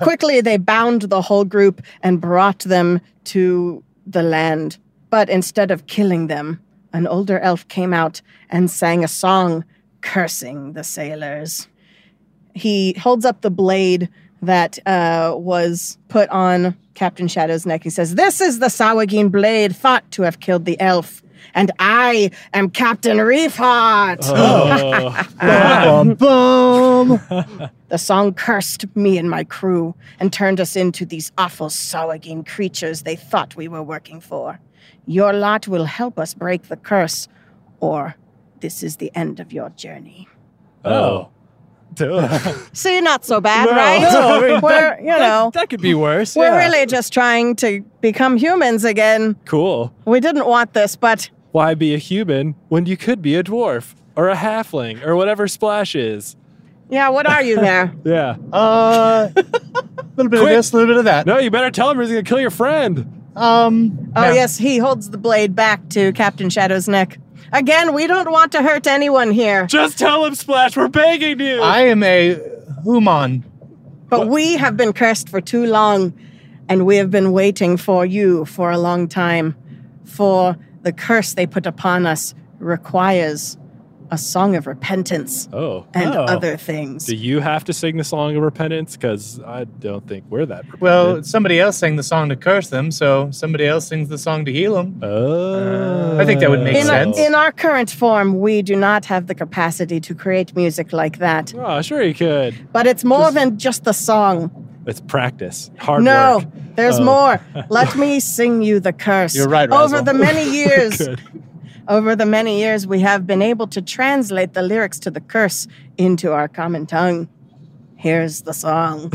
(laughs) Quickly, they bound the whole group and brought them to the land. But instead of killing them, an older elf came out and sang a song cursing the sailors. He holds up the blade that uh, was put on Captain Shadow's neck. He says, This is the Sawagin blade thought to have killed the elf. And I am Captain Reefheart.
Bum,
(laughs)
bum, bum.
The song cursed me and my crew and turned us into these awful Sawagin creatures they thought we were working for. Your lot will help us break the curse, or this is the end of your journey.
(laughs) Oh. Duh.
See, not so
(laughs)
bad, right? we're, you know,
That could be worse.
we're
yeah.
really just trying to become humans again.
cool.
We didn't want this, but
Why be a human when you could be a dwarf or a halfling or whatever Splash is?
yeah, what are
(laughs)
you there?
Yeah.
Uh, a little bit
Quick.
of this, a little bit of that.
No, you better tell him or he's gonna kill your friend.
Um,
Oh,
now-
yes, he holds the blade back to Captain Shadow's neck. Again, we don't want to hurt anyone here.
Just tell him, Splash. We're begging you.
I am a human.
But we have been cursed for too long, and we have been waiting for you for a long time. For the curse they put upon us requires a song of repentance
Oh.
and
Oh.
other things.
Do you have to sing the song of repentance? Because I don't think we're that. Repentant.
Well, somebody else sang the song to curse them, so somebody else sings the song to heal them.
oh.
I think that would make
in, our,
sense.
in our current form, we do not have the capacity to create music like that.
Oh, sure you could.
But it's more than just the song.
It's practice, hard
no,
work.
there's
Oh. (laughs)
more. Let me sing you the curse.
You're right,
Over
Razzle.
(laughs)
the many years,
Good.
over the many years, we have been able to translate the lyrics to the curse into our common tongue. Here's
(laughs)
the song.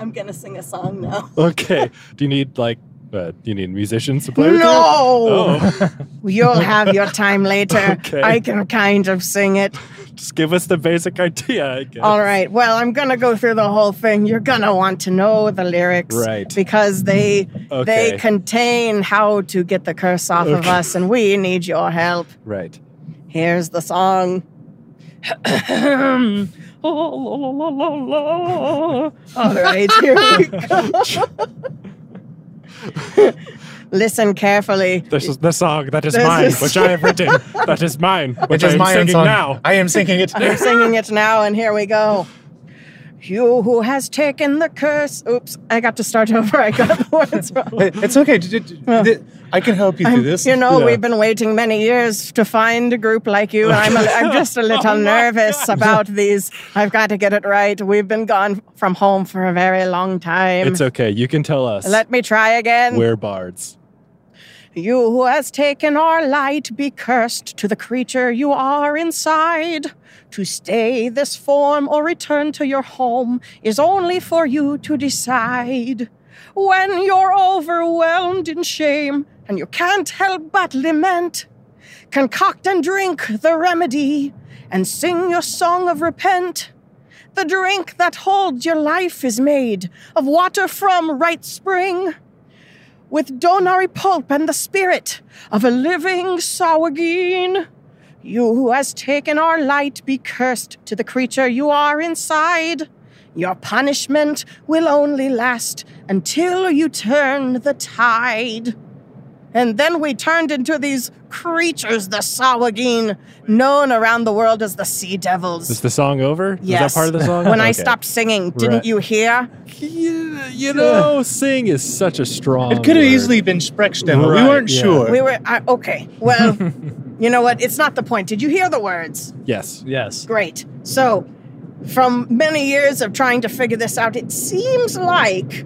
I'm gonna sing a song now.
Okay. Do you need like? Uh, do you need musicians to play with you?
No,
Oh,
you'll have your time later.
(laughs) Okay.
I can kind of sing it.
just give us the basic idea. I guess.
All right. Well, I'm gonna go through the whole thing. You're gonna want to know the lyrics,
Right.
Because they
Okay.
they contain how to get the curse off of
Okay.
us, and we need your help.
Right.
Here's the (coughs) song. Oh, All right, here we go. (laughs) Listen carefully.
This is the song that is
This
mine,
is-
which I have written. That is mine, which
(laughs) It is
I am
my own
singing
song.
now.
I am singing it.
(laughs)
(laughs) I'm singing it now, and here we go. You who has taken the curse. Oops, I got to start (laughs) over. I got the words wrong.
it's okay. D- d- d- d- I can help you through
I'm-
this.
you know,
Yeah.
we've been waiting many years to find a group like you, and I'm, a, I'm
(laughs)
just a little
Oh
nervous about these. I've got to get it right. We've been gone from home for a very long time.
It's okay. You can tell us.
Let me try again.
we're bards.
You who has taken our light, be cursed to the creature you are inside. To stay this form or return to your home is only for you to decide. When you're overwhelmed in shame and you can't help but lament, concoct and drink the remedy and sing your song of repent. The drink that holds your life is made of water from right spring with donari pulp and the spirit of a living Sawagin. You who has taken our light, be cursed to the creature you are inside. Your punishment will only last until you turn the tide. And then we turned into these creatures, the Sawagin, known around the world as the sea devils.
Is the song over? Is
Yes.
that part of the song?
(laughs) when I
Okay.
stopped singing, didn't
Right.
you hear?
you, you know, sing is such a strong.
It could have
word.
easily been Sprechstimme. we
Oh, Right,
weren't
yeah.
sure.
We were, I okay,
(laughs)
well, you know what? It's not the point. Did you hear the words?
Yes.
Yes.
Great. So, from many years of trying to figure this out, it seems like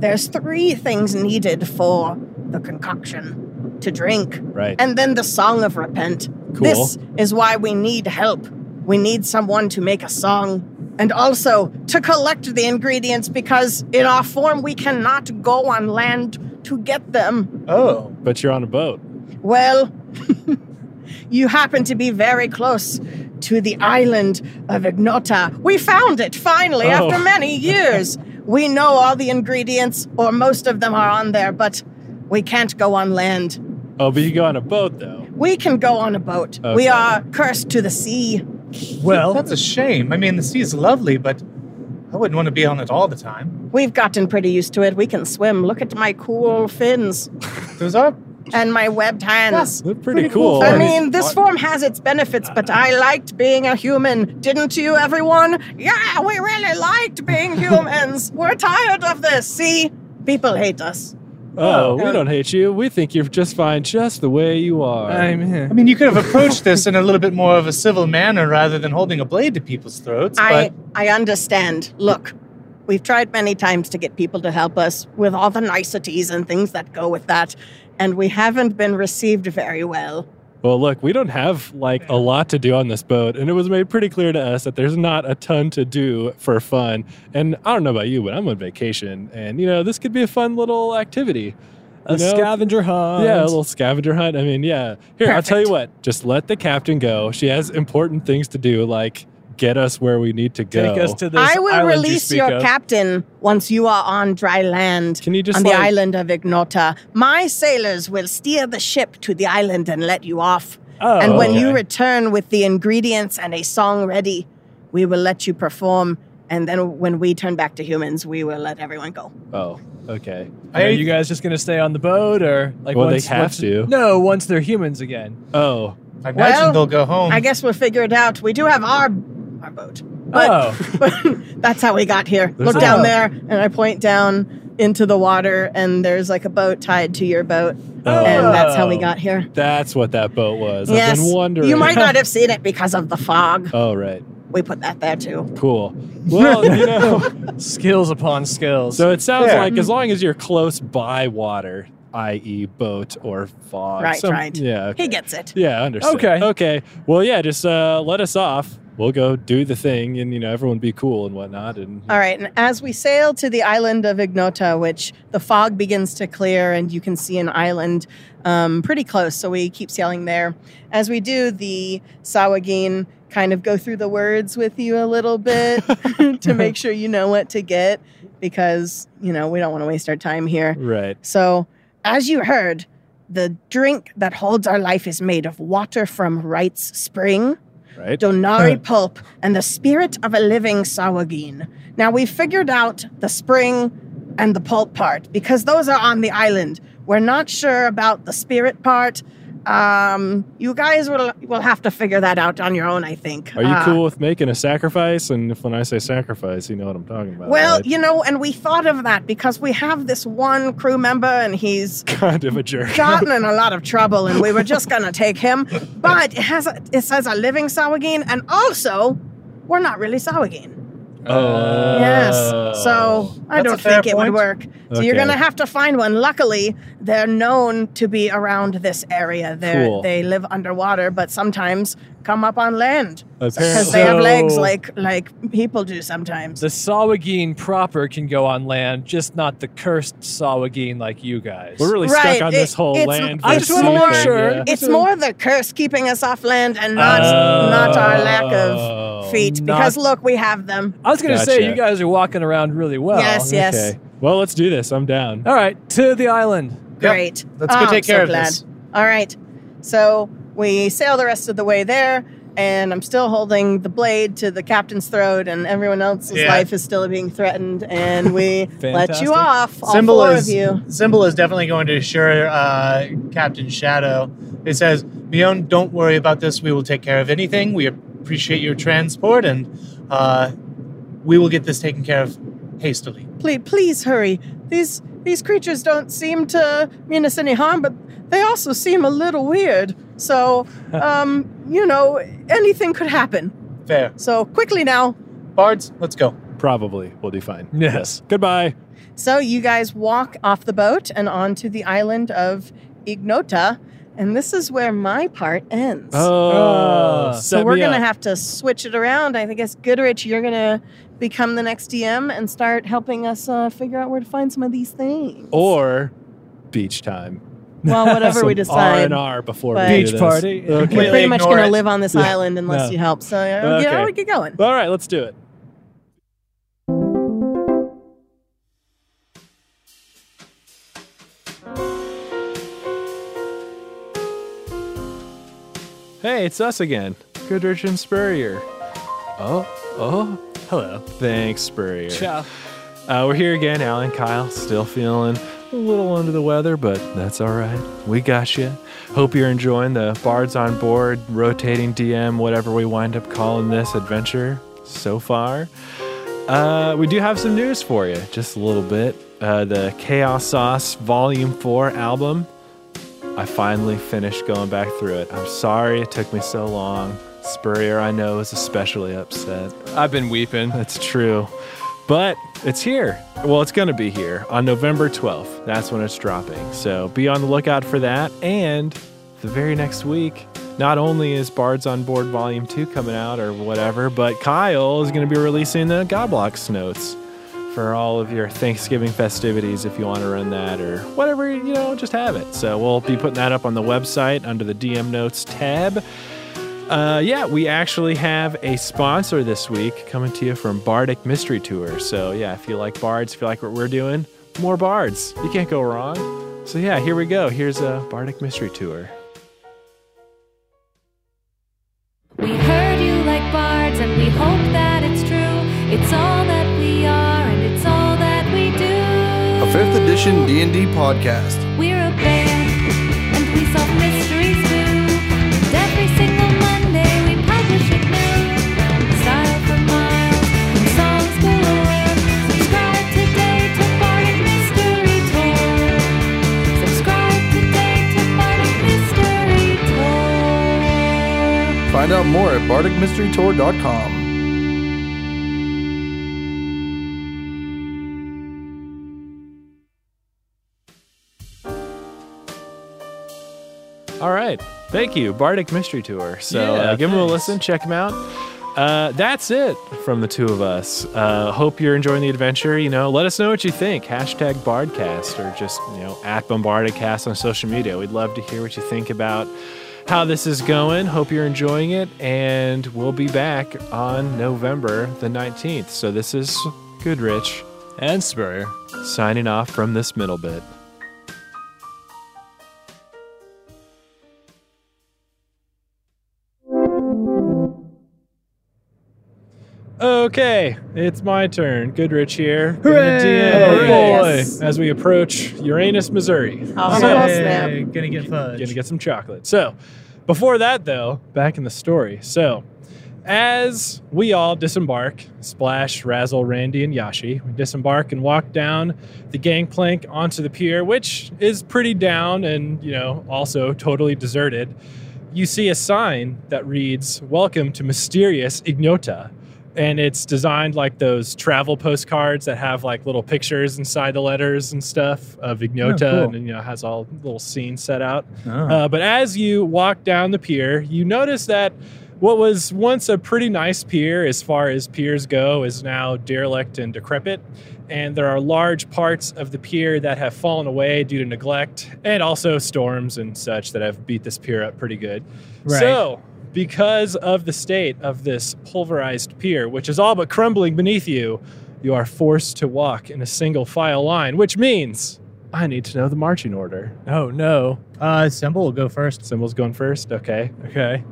there's three things needed for the concoction to drink,
Right.
and then the song of repent.
Cool.
This is why we need help. We need someone to make a song and also to collect the ingredients because in our form we cannot go on land to get them.
oh.
but you're on a boat.
Well, (laughs) you happen to be very close to the island of Ignota. We found it finally
Oh.
after
(laughs)
many years. we know all the ingredients, or most of them are on there, but we can't go on land.
Oh, but you go on a boat though.
We can go on a boat.
Okay.
We are cursed to the sea.
Well,
That's a shame. I mean, the sea is lovely, but I wouldn't want to be on it all the time.
We've gotten pretty used to it. We can swim. Look at my cool fins
Those are.
and my webbed hands.
They're pretty, cool.
I mean, this form has its benefits, but I liked being a human. Didn't you, everyone? Yeah, we really
(laughs)
liked being humans. We're tired of this. See? People hate us.
oh, we don't hate you. We think you're just fine, just the way you are.
I'm
I mean, you could have
(laughs)
approached this in a little bit more of a civil manner rather than holding a blade to people's throats.
I,
But
I understand. Look, we've tried many times to get people to help us with all the niceties and things that go with that, and we haven't been received very well.
Well, look, we don't have like a lot to do on this boat, and it was made pretty clear to us that there's not a ton to do for fun. And I don't know about you, but I'm on vacation, and you know this could be a fun little activity.
a
You know?
scavenger hunt.
Yeah, a little scavenger hunt. I mean, yeah. Here, I'll tell you what. Just let the captain go. She has important things to do, like get us where we need to go.
Take us to this
I will
island you
release
speak
your
of.
captain once you are on dry land.
Can you just
on
like,
the island of Ignota. My sailors will steer the ship to the island and let you off.
Oh,
and when you
okay.
return with the ingredients and a song ready, we will let you perform And then when we turn back to humans, we will let everyone go.
Oh, okay.
And are
I-
you guys just gonna stay on the boat, or like
Well, they
once,
have
once-
to.
No, once they're humans again.
Oh,
I imagine
Well,
they'll go home.
I guess we'll figure it out. We do have our our boat. But-
oh,
(laughs) That's how we got here.
There's
Look
a-
down there, and I point down into the water, and there's like a boat tied to your boat,
Oh.
and that's how we got here.
that's what that boat was. I've
yes,
been wondering.
you might
(laughs)
not have seen it because of the fog.
Oh,
(laughs)
right.
We put that there too.
Cool. Well, you know.
skills upon skills.
So it sounds
Yeah.
like as long as you're close by water, i.e., boat or fog.
Right, right.
Yeah. Okay.
He gets it.
Yeah, I understand.
Okay.
Okay. Well, yeah, just uh, let us off. We'll go do the thing, and you know, everyone be cool and whatnot. And
All right, and as we sail to the island of Ignota, which the fog begins to clear and you can see an island um, pretty close, so we keep sailing there. As we do, the Sawagin kind of go through the words with you a little bit (laughs) to make sure you know what to get because, you know, we don't want to waste our time here.
right.
So, as you heard, the drink that holds our life is made of water from Wright's Spring.
Right.
Donari pulp and the spirit of a living Sawagin. Now we figured out the spring and the pulp part because those are on the island. We're not sure about the spirit part. Um, you guys will will have to figure that out on your own, I think.
Are you
Uh,
cool with making a sacrifice? And if when I say sacrifice, you know what I'm talking about.
Well,
right? (laughs)
you know, and we thought of that because we have this one crew member and he's
kind of
(laughs)
a jerk.
gotten in a lot of trouble and we were just gonna take him. But it has a, it says a living Sawagin and also we're not really Sawagin.
Oh.
Yes. So I
That's a
don't
fair
think it would
point.
work. So you're
Okay.
going to have to find one. Luckily, they're known to be around this area. They
Cool.
are they live underwater, but sometimes come up on land because
Apparently,
they have legs
So-
like like people do sometimes.
the Sawagin proper can go on land, just not the cursed Sawagin like you guys.
we're really
Right,
stuck on
it-
this whole
it's-
land.
I
versus
just wanna
sea
make
thing,
sure-
yeah.
it's more the curse keeping us off land and not not our lack of
Oh.
feet
Not-
because look, we have them.
I was gonna say
Gotcha.
you guys are walking around really well.
yes, yes.
Okay. Well, let's do this. I'm down.
All right, to the island.
Yep.
Great.
Let's go
Ah, I'm
take care
so
of
glad.
this.
All right. So we sail the rest of the way there, and I'm still holding the blade to the captain's throat, and everyone else's
Yeah.
life is still being threatened. And
(laughs)
we let
Fantastic.
you off, all
Symbol
four
is
of you.
Symbol is definitely going to assure uh, Captain Shadow. It says, "Mion, don't worry about this. We will take care of anything. We appreciate your transport, and uh, we will get this taken care of hastily."
Please, please hurry. These these creatures don't seem to mean us any harm, but they also seem a little weird.
(laughs)
So, um, you know, anything could happen.
Fair,
So quickly now,
bards. Let's go.
Probably we'll do fine.
Yes.
Goodbye.
So you guys walk off the boat and onto the island of Ignota, and this is where my part
Ah.
ends.
Oh,
So
so
set
we're
me
gonna
up.
have to switch it around. I guess Goodrich, you're gonna become the next DM and start helping us uh, figure out where to find some of these things.
(laughs) or beach time.
well, whatever we
Oh, Some R
decide.
and R before
But-
we do
Beach
this.
party.
You're
Okay.
Completely
pretty much
ignore
gonna
it.
live on this
Yeah.
island unless
No.
you help. So uh, get,
Okay.
I would get going.
All right, let's do it.
Hey, it's us again, Goodrich and Spurrier. Oh, oh,
Hello.
thanks, Spurrier.
Ciao.
Uh, we're here again, Alan Kyle, still feeling a little under the weather, but that's all right. We got you. Hope you're enjoying the Bards on Board, rotating DM, whatever we wind up calling this adventure so far. Uh, we do have some news for you, just a little bit. Uh, the Chaos Sauce Volume 4 album. I finally finished going back through it. I'm sorry it took me so long. Spurrier, I know, is especially upset.
I've been weeping.
That's true. But it's here. Well, it's going to be here on November 12th. That's when it's dropping. So be on the lookout for that. And the very next week, not only is Bards on Board Volume 2 coming out or whatever, but Kyle is going to be releasing the Goblox notes for all of your Thanksgiving festivities if you want to run that or whatever, you know, just have it. So we'll be putting that up on the website under the DM Notes tab. Uh, yeah, we actually have a sponsor this week coming to you from Bardic Mystery Tour. So, yeah, if you like bards, if you like what we're doing, more bards. You can't go wrong. So, yeah, here we go. Here's a Bardic Mystery Tour.
We heard you like bards and we hope that it's true. It's all
5th edition D&D podcast.
We're a band, and we solve mysteries too. And every single Monday we publish it new. Style for miles, and songs galore. Subscribe today to Bardic Mystery Tour. Subscribe today to Bardic Mystery Tour.
Find out more at bardicmysterytour.com.
All right. Thank you, Bardic Mystery Tour. So
Yeah,
uh, give them a
thanks.
listen, check them out. Uh, that's it from the two of us. Uh, hope you're enjoying the adventure. You know, let us know what you think. Hashtag Bardcast or just, you know, at Bombardedcast on social media. We'd love to hear what you think about how this is going. Hope you're enjoying it. And we'll be back on November the 19th. So this is Goodrich
And Spurrier.
signing off from this middle bit.
Okay, it's my turn. Goodrich here. Been a
Hooray!
DM
Yes.
boy, as we approach Uranus, Missouri.
Oh, snap.
Hey, Gonna get fudge.
Gonna get some chocolate. So, before that, though, back in the story. So, as we all disembark, Splash, Razzle, Randy, and Yashi, we disembark and walk down the gangplank onto the pier, which is pretty down and, you know, also totally deserted. You see a sign that reads, Welcome to Mysterious Ignota. And it's designed like those travel postcards that have like little pictures inside the letters and stuff of Ignota
Oh, cool.
and, you know, has all little scenes set out.
Oh.
Uh, but as you walk down the pier, you notice that what was once a pretty nice pier, as far as piers go, is now derelict and decrepit. And there are large parts of the pier that have fallen away due to neglect and also storms and such that have beat this pier up pretty good.
Right.
So, because of the state of this pulverized pier, which is all but crumbling beneath you, you are forced to walk in a single file line, which means I need to know the marching order.
Oh no.
Uh, Symbol will go first.
Symbol's going first. Okay.
Okay.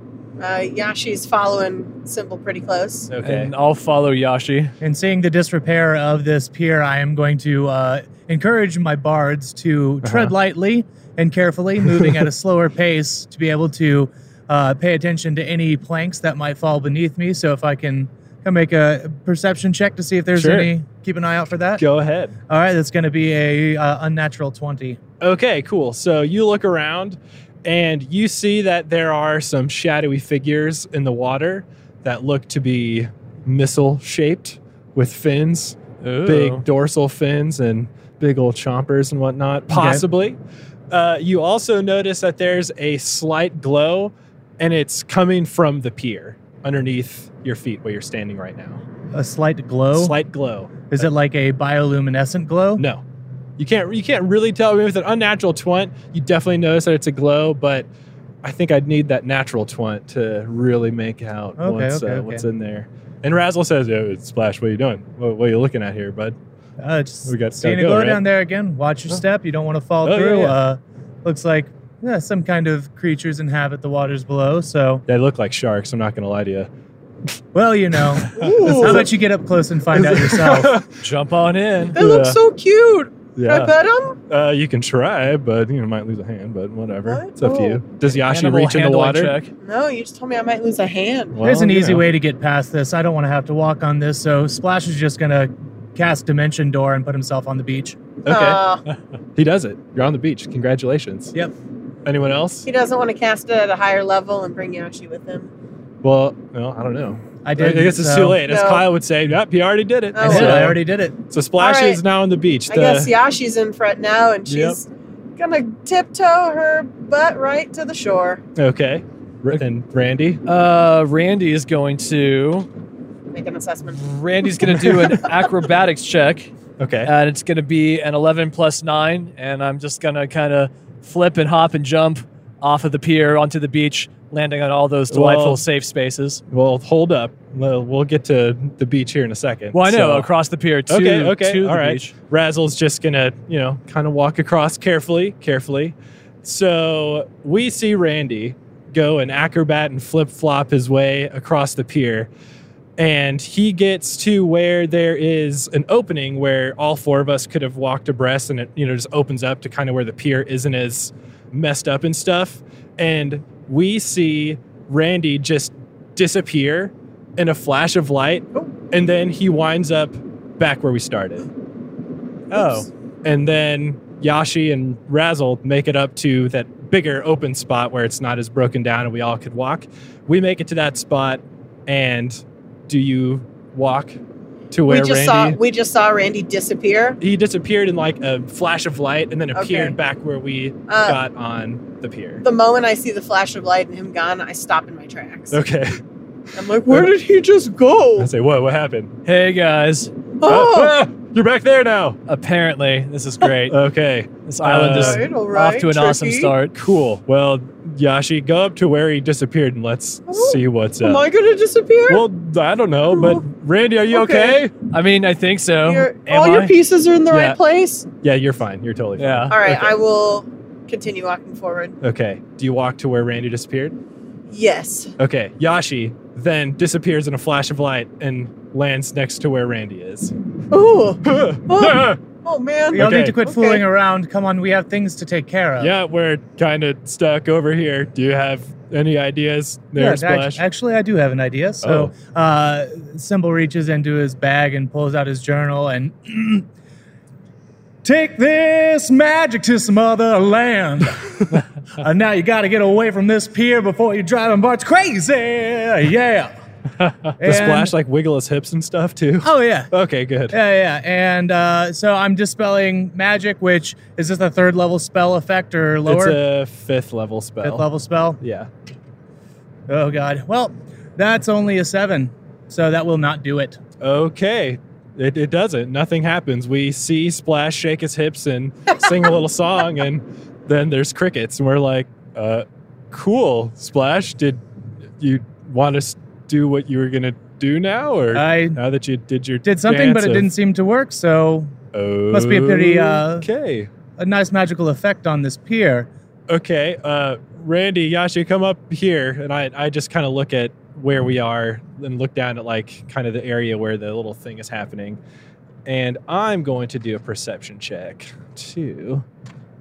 Uh, Yashi's following Symbol pretty close.
Okay.
And I'll follow Yashi.
And seeing the disrepair of this pier, I am going to uh, encourage my bards to
Uh-huh.
tread lightly
(laughs)
and carefully, moving at a slower pace to be able to uh, pay attention to any planks that might fall beneath me. So if I can, can make a perception check to see if there's
Sure.
any, keep an eye out for that.
Go ahead.
All right, that's going to be a uh, unnatural 20.
Okay, cool. So you look around and you see that there are some shadowy figures in the water that look to be missile shaped with fins,
Ooh.
big dorsal fins, and big old chompers and whatnot, possibly. Uh, you also notice that there's a slight glow and it's coming from the pier underneath your feet where you're standing right now.
A slight
Oh.
glow.
Slight glow.
Is it like a bioluminescent glow?
No, you can't. You can't really tell. I mean, with an unnatural twint, you definitely notice that it's a glow. But I think I'd need that natural twint to really make out
Okay,
what's
okay,
uh,
okay.
what's in there. And Razzle says, oh, "Splash, what are you doing? What, what are you looking at here, bud?"
Uh, just
We got-
seeing
gotta
a
go,
glow
right?
down there again. Watch your
Oh.
step. You don't want to fall
Oh, yeah,
through.
yeah.
Uh, looks like yeah, some kind of creatures inhabit the waters below. So,
They look like sharks. I'm not gonna lie to you.
well, you
(laughs)
know, how about you get up close and find out yourself?
Jump on in.
They look so cute. Can
(laughs)
I
Yeah,
pet them?
uh, you can try, but you know, might lose a hand. But whatever,
What?
it's up to
Oh.
you. Does Yashi
Animal
reach in the
handling
water?
check.
No, you just told me I might lose a
(laughs)
hand.
Well,
There's an
you
easy
know.
way to get past this. I don't want to have to walk on this. So Splash is just gonna cast Dimension Door and put himself on the beach.
Okay,
Uh,
he does it. You're on the beach. Congratulations.
Yep.
Anyone else?
he doesn't want to cast it at a higher level and bring Yashi with him.
Well, no, I don't know.
I
I
did.
guess it's
so-
too late. As
No.
Kyle would say, yep, he already did it.
Oh,
I
well.
did.
so,
I already did it.
so Splash
All right.
is now on the beach.
I
The-
guess Yashi's in front now, and she's gonna tiptoe her butt right to the shore.
okay. R- And Randy?
Uh, Randy is going to.
Make an assessment.
Randy's going to do
(laughs)
an acrobatics check,
Okay.
Uh,
and it's going to be an 11 plus 9, and I'm just going to kind of flip and hop and jump off of the pier onto the beach, landing on all those delightful
Well-
safe spaces.
well, hold up. We'll, we'll get to the beach here in a second.
Well, I know
So,
across the pier to,
okay, okay.
to the
all right.
beach.
Razzle's just going to, you know, kind of walk across carefully, carefully. So we see Randy go and acrobat and flip flop his way across the pier. and he gets to where there is an opening where all four of us could have walked abreast and it you know just opens up to kind of where the pier isn't as messed up and stuff and we see randy just disappear in a flash of light and then he winds up back where we started
Oh,
and then yashi and razzle make it up to that bigger open spot where it's not as broken down and we all could walk we make it to that spot and do you walk to
We
where
just saw
randy
we just saw Randy disappear.
he disappeared in like a flash of light and then appeared
Okay.
back where we
Uh,
got on the pier.
The moment I see the flash of light and him gone, I stop in my tracks.
okay. (laughs)
I'm like, where did he just
I
go?
say, whoa, what happened?
hey guys.
Oh,
Ah, ah, you're back there now.
Apparently, this is great.
(laughs) Okay.
this
Uh,
island is
Alright,
off
alright,
to an awesome
tricky.
start.
Cool. Well, Yashi, go up to where he disappeared and let's
Oh,
see what's
Am
up.
I gonna disappear?
Well, I don't know, but Randy, are you okay?
Oh. Okay.
I mean, I think so.
Your-
Am
all your
I?
pieces are in the
Yeah.
right place.
Yeah, you're fine. You're totally fine.
Yeah.
All right,
Okay.
I will continue walking forward.
Okay. Do you walk to where Randy disappeared?
(laughs)
Yes.
Okay. Yashi then disappears in a flash of light and lands next to where Randy
(laughs)
is.
Oh, oh man.
We all
Okay.
need to quit
Okay.
fooling around. Come on, we have things to take care of.
Yeah, we're kind of stuck over here. Do you have any ideas there,
Yes, act-
Splash? Oh.
actually, I do have an idea. So, uh, Symbol reaches into his bag and pulls out his journal and. (clears throat) Take this magic to some other land. (laughs) uh, now you got to get away from this pier before you drive them barts crazy.
(laughs)
Yeah.
Does Splash like wiggle his hips and stuff too?
(laughs) Oh yeah.
Okay, good.
Yeah, yeah. And uh, so I'm dispelling magic, which is this a third level spell effect or
It's
lower?
a fifth level spell.
Fifth level spell.
Yeah.
Oh god. Well, that's only a seven, so that will not do it.
Okay. It, it doesn't. Nothing happens. We see Splash shake his hips and sing a little song, and then there's crickets, and we're like, uh, cool, Splash. Did you want us to do what you were going to do now? Or
I
now that you did your
did something, but
dance
it
of-
didn't seem to work. So
Oh,
Must be a pretty, uh,
okay.
a nice magical effect on this pier.
Okay, uh, Randy, Yashi, come up here, and I, I just kind of look at where we are and look down at like kind of the area where the little thing is happening, and I'm going to do a perception check. Two,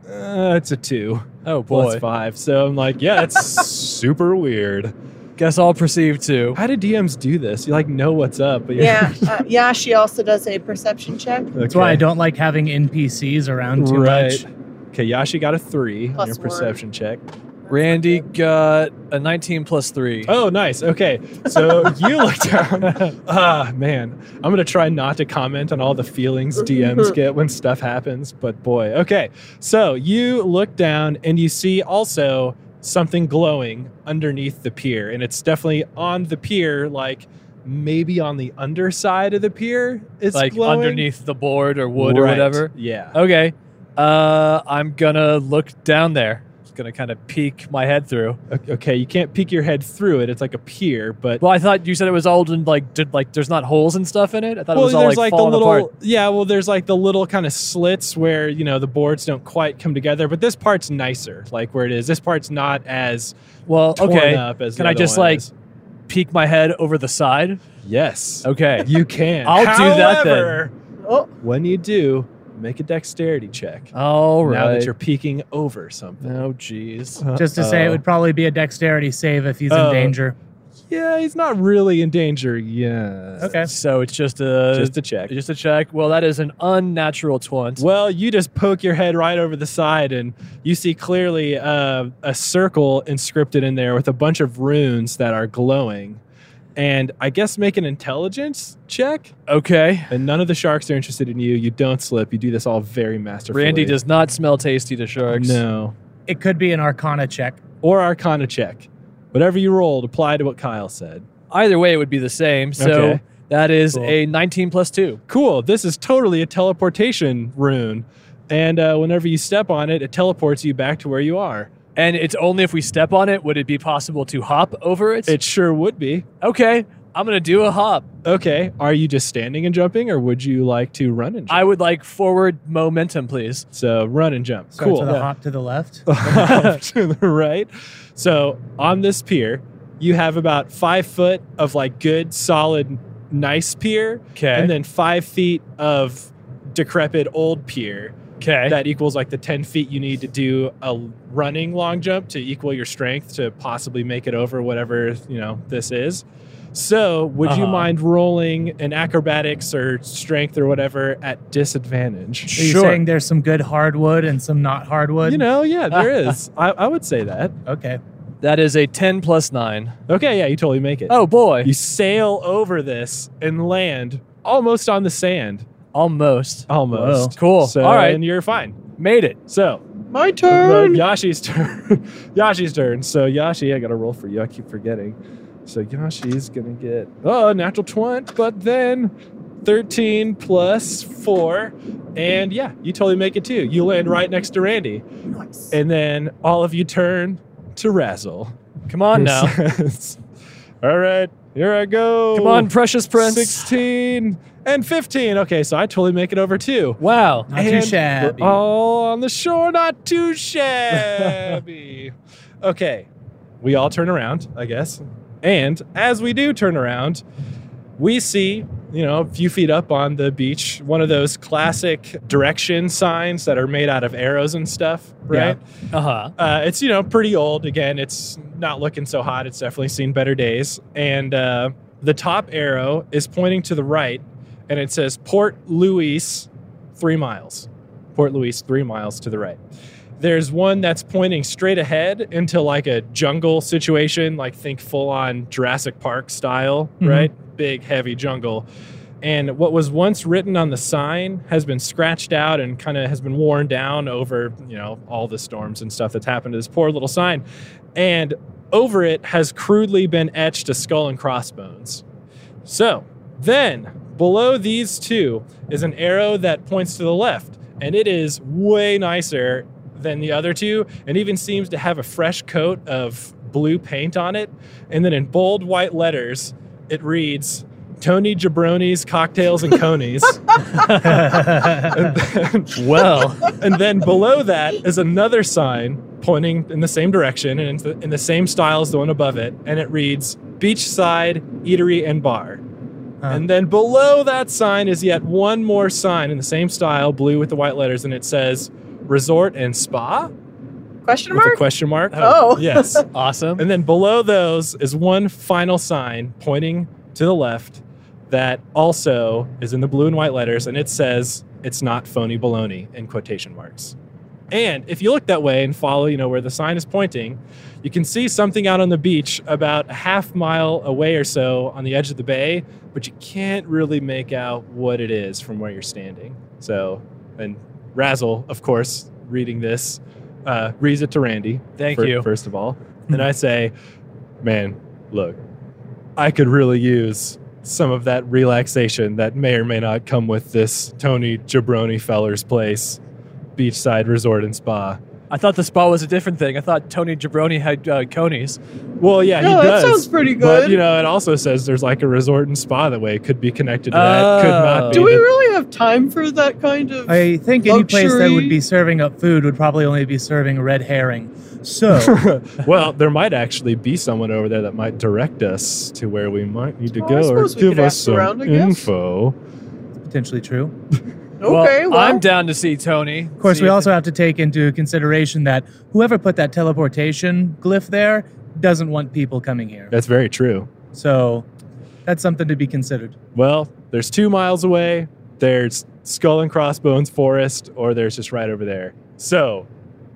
uh, it's a two
Oh
plus
boy.
five, so I'm like, yeah,
(laughs)
it's super weird.
Guess I'll perceive too.
How do DMs do this? You like know what's up, but you're-
Yeah. Uh, yeah. She also does a perception check.
That's why I
Okay.
don't like having NPCs around too
Right.
much.
Okay, Yashi got a three
Plus
on your
one.
perception check.
Randy got a 19 plus three.
Oh, nice. Okay. (laughs) So you look down. Ah, man. I'm going to try not to comment on all the feelings DMs get when stuff happens, but boy. Okay. So you look down and you see also something glowing underneath the pier. And it's definitely on the pier, like maybe on the underside of the pier. It's
like
glowing.
underneath the board or wood or
Right.
whatever.
Yeah.
Okay. Uh, I'm gonna look down there. Just gonna kind of peek my head through.
O- Okay. You can't peek your head through it. It's like a pier, but
Well, I thought you said it was old and like did like there's not holes and stuff in it. I thought it was all
there's
like,
the
falling
little
apart.
yeah well there's like the little kind of slits where you know the boards don't quite come together but this part's nicer like where it is this part's not as
Well,
torn
okay.
up as the
Can I
other
just
one
like
is.
peek my head over the side?
yes
Okay.
you can
I'll do that then.
However,
Oh.
when you do make a dexterity check
all right.
now that you're peeking over something Uh,
oh, jeez.
Just to say, it
Uh-oh.
would probably be a dexterity save if he's
Oh.
in danger.
yeah he's not really in danger yeah
Okay.
So it's just a
just a check
just a check. Well, that is an unnatural twenty.
Well, you just poke your head right over the side, and you see clearly uh, a circle inscripted in there with a bunch of runes that are glowing. And I guess make an intelligence check.
Uh, Okay.
And none of the sharks are interested in you. You don't slip. You do this all very masterfully.
Randy does not smell tasty to sharks.
No.
It could be an Arcana check.
Or Arcana check. Whatever you rolled, apply to what Kyle said.
Either way, it would be the same. So
Okay.
that is
Cool.
a 19 plus two.
Cool. This is totally a teleportation rune. And uh, whenever you step on it, it teleports you back to where you are.
And it's only if we step on it would it be possible to hop over it.
It sure would be.
okay, I'm gonna do a hop.
Okay. Are you just standing and jumping, or would you like to run and jump?
I would like forward momentum, please.
so run and jump. (laughs)
So
cool. Oh,
to the
Yeah.
hop to the left.
to the right. So on this pier, you have about five foot of like good, solid, nice pier,
Okay.
and then five feet of decrepit old pier.
Okay.
That equals like the 10 feet you need to do a running long jump to equal your strength to possibly make it over whatever, you know, this is. So, would you
Uh-huh.
mind rolling an acrobatics or strength or whatever at disadvantage?
Are you saying there's some good hardwood and some not hardwood?
You know, yeah, there
(laughs)
is. I, I would say that.
Okay.
that is a 10 plus 9.
Okay, yeah, you totally make it.
Oh boy.
You sail over this and land almost on the sand.
Almost.
Almost.
Whoa. Cool.
So,
All right.
And you're fine.
Made it.
So,
My
the
turn.
Yashi's turn. (laughs) Yashi's turn. So, Yashi, I got to roll for you. I keep forgetting. So, Yashi's going to get, oh, natural 20, but then 13 plus 4. And yeah, you totally make it too. You land right next to Randy.
Nice.
And then all of you turn to Razzle.
Come on now.
all right, here I go.
Come on, precious prince.
16 and 15. Okay, so I totally make it over too.
Wow.
Not too
And
shabby.
We're all on the shore, not too
(laughs)
shabby. okay, we all turn around, I guess. And as we do turn around, we see, you know, a few feet up on the beach, one of those classic direction signs that are made out of arrows and stuff,
Yeah.
right?
Uh huh.
Uh, it's you know pretty old. Again, it's not looking so hot. It's definitely seen better days. And uh, the top arrow is pointing to the right, and it says Port Louis, three miles. Port Louis, three miles to the right. There's one that's pointing straight ahead into like a jungle situation, like think full on Jurassic Park style,
Mhm.
right? Big heavy jungle. And what was once written on the sign has been scratched out and kind of has been worn down over, you know, all the storms and stuff that's happened to this poor little sign. And over it has crudely been etched a skull and crossbones. So then below these two is an arrow that points to the left, and it is way nicer than the other two, and even seems to have a fresh coat of blue paint on it. And then in bold white letters, it reads Tony Jabroni's Cocktails and Conies. (laughs)
Well,
(laughs) and then below that is another sign pointing in the same direction and in the, in the same style as the one above it. And it reads Beachside Eatery and Bar.
Huh.
And then below that sign is yet one more sign in the same style, blue with the white letters, and it says Resort and Spa
Question
with a
mark?
question mark.
Oh.
Yes.
awesome.
And then below those is one final sign pointing to the left that also is in the blue and white letters, and it says, It's not phony baloney in quotation marks. And if you look that way and follow, you know, where the sign is pointing, you can see something out on the beach about a half mile away or so on the edge of the bay, but you can't really make out what it is from where you're standing. So, and Razzle, of course, reading this, uh, reads it to Randy.
Thank
fir-
you. Hmm.
First of all, and I say, man, look, I could really use some of that relaxation that may or may not come with this Tony Jabroni feller's place, beachside resort and spa.
I thought the spa was a different thing. I thought Tony Jabroni had uh, conies.
Well, yeah, he
No, that
does.
sounds pretty
But
good.
you know, it also says there's like a resort and spa that way could be connected to that. Could not be.
Oh. Do we
The-
really have time for that kind of?
I think any place that
Luxury.
would be serving up food would probably only be serving red herring.
(laughs)
So,
(laughs) well, there might actually be someone over there that might direct us to where we might need to
Oh, I
go or
suppose we could
give us
ask
some
around, I guess.
info.
potentially true.
okay, well,
I'm down to see Tony.
Of course, we also have to take into consideration that whoever put that teleportation glyph there doesn't want people coming here.
That's very true.
So, that's something to be considered.
Well, there's two miles away. There's Skull and Crossbones Forest, or there's just right over there. So,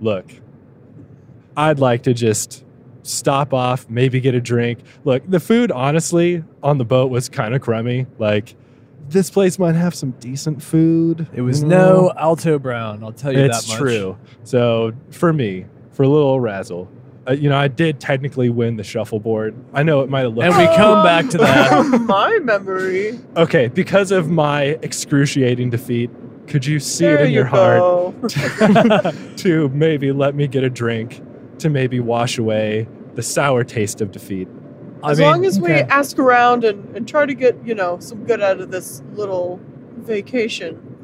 look, I'd like to just stop off, maybe get a drink. Look, the food, honestly, on the boat was kind of crummy. Like, this place might have some decent food.
It was
you
no Alto Brown. I'll tell you
it's
that much.
true. So for me, for little old Razzle, uh, you know, I did technically win the shuffleboard. I know it might have looked
And we come back to
(laughs)
that.
from my memory.
okay because of my excruciating defeat. Could you see
there
it in
you
your heart
go.
(laughs) to maybe let me get a drink to maybe wash away the sour taste of defeat?
I
as
mean,
long as we
okay.
ask around and, and try to get you know some good out of this little vacation.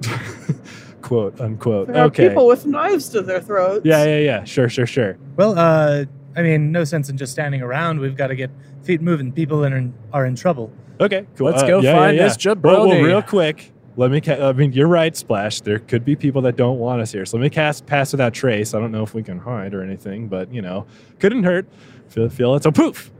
Quote unquote.
There are
okay.
people with knives to their throats.
Yeah, yeah, yeah. Sure, sure, sure.
Well, uh, I mean, no sense in just standing around. We've got to get feet moving. People are in, are in trouble.
Okay, cool. Uh,
Let's go find this
Well, well,
jabroni.
real quick, let me. Ca- I mean, you're right, Splash. There could be people that don't want us here, so let me cast pass without trace. I don't know if we can hide or anything, but you know, couldn't hurt. Feel, feel it. So poof,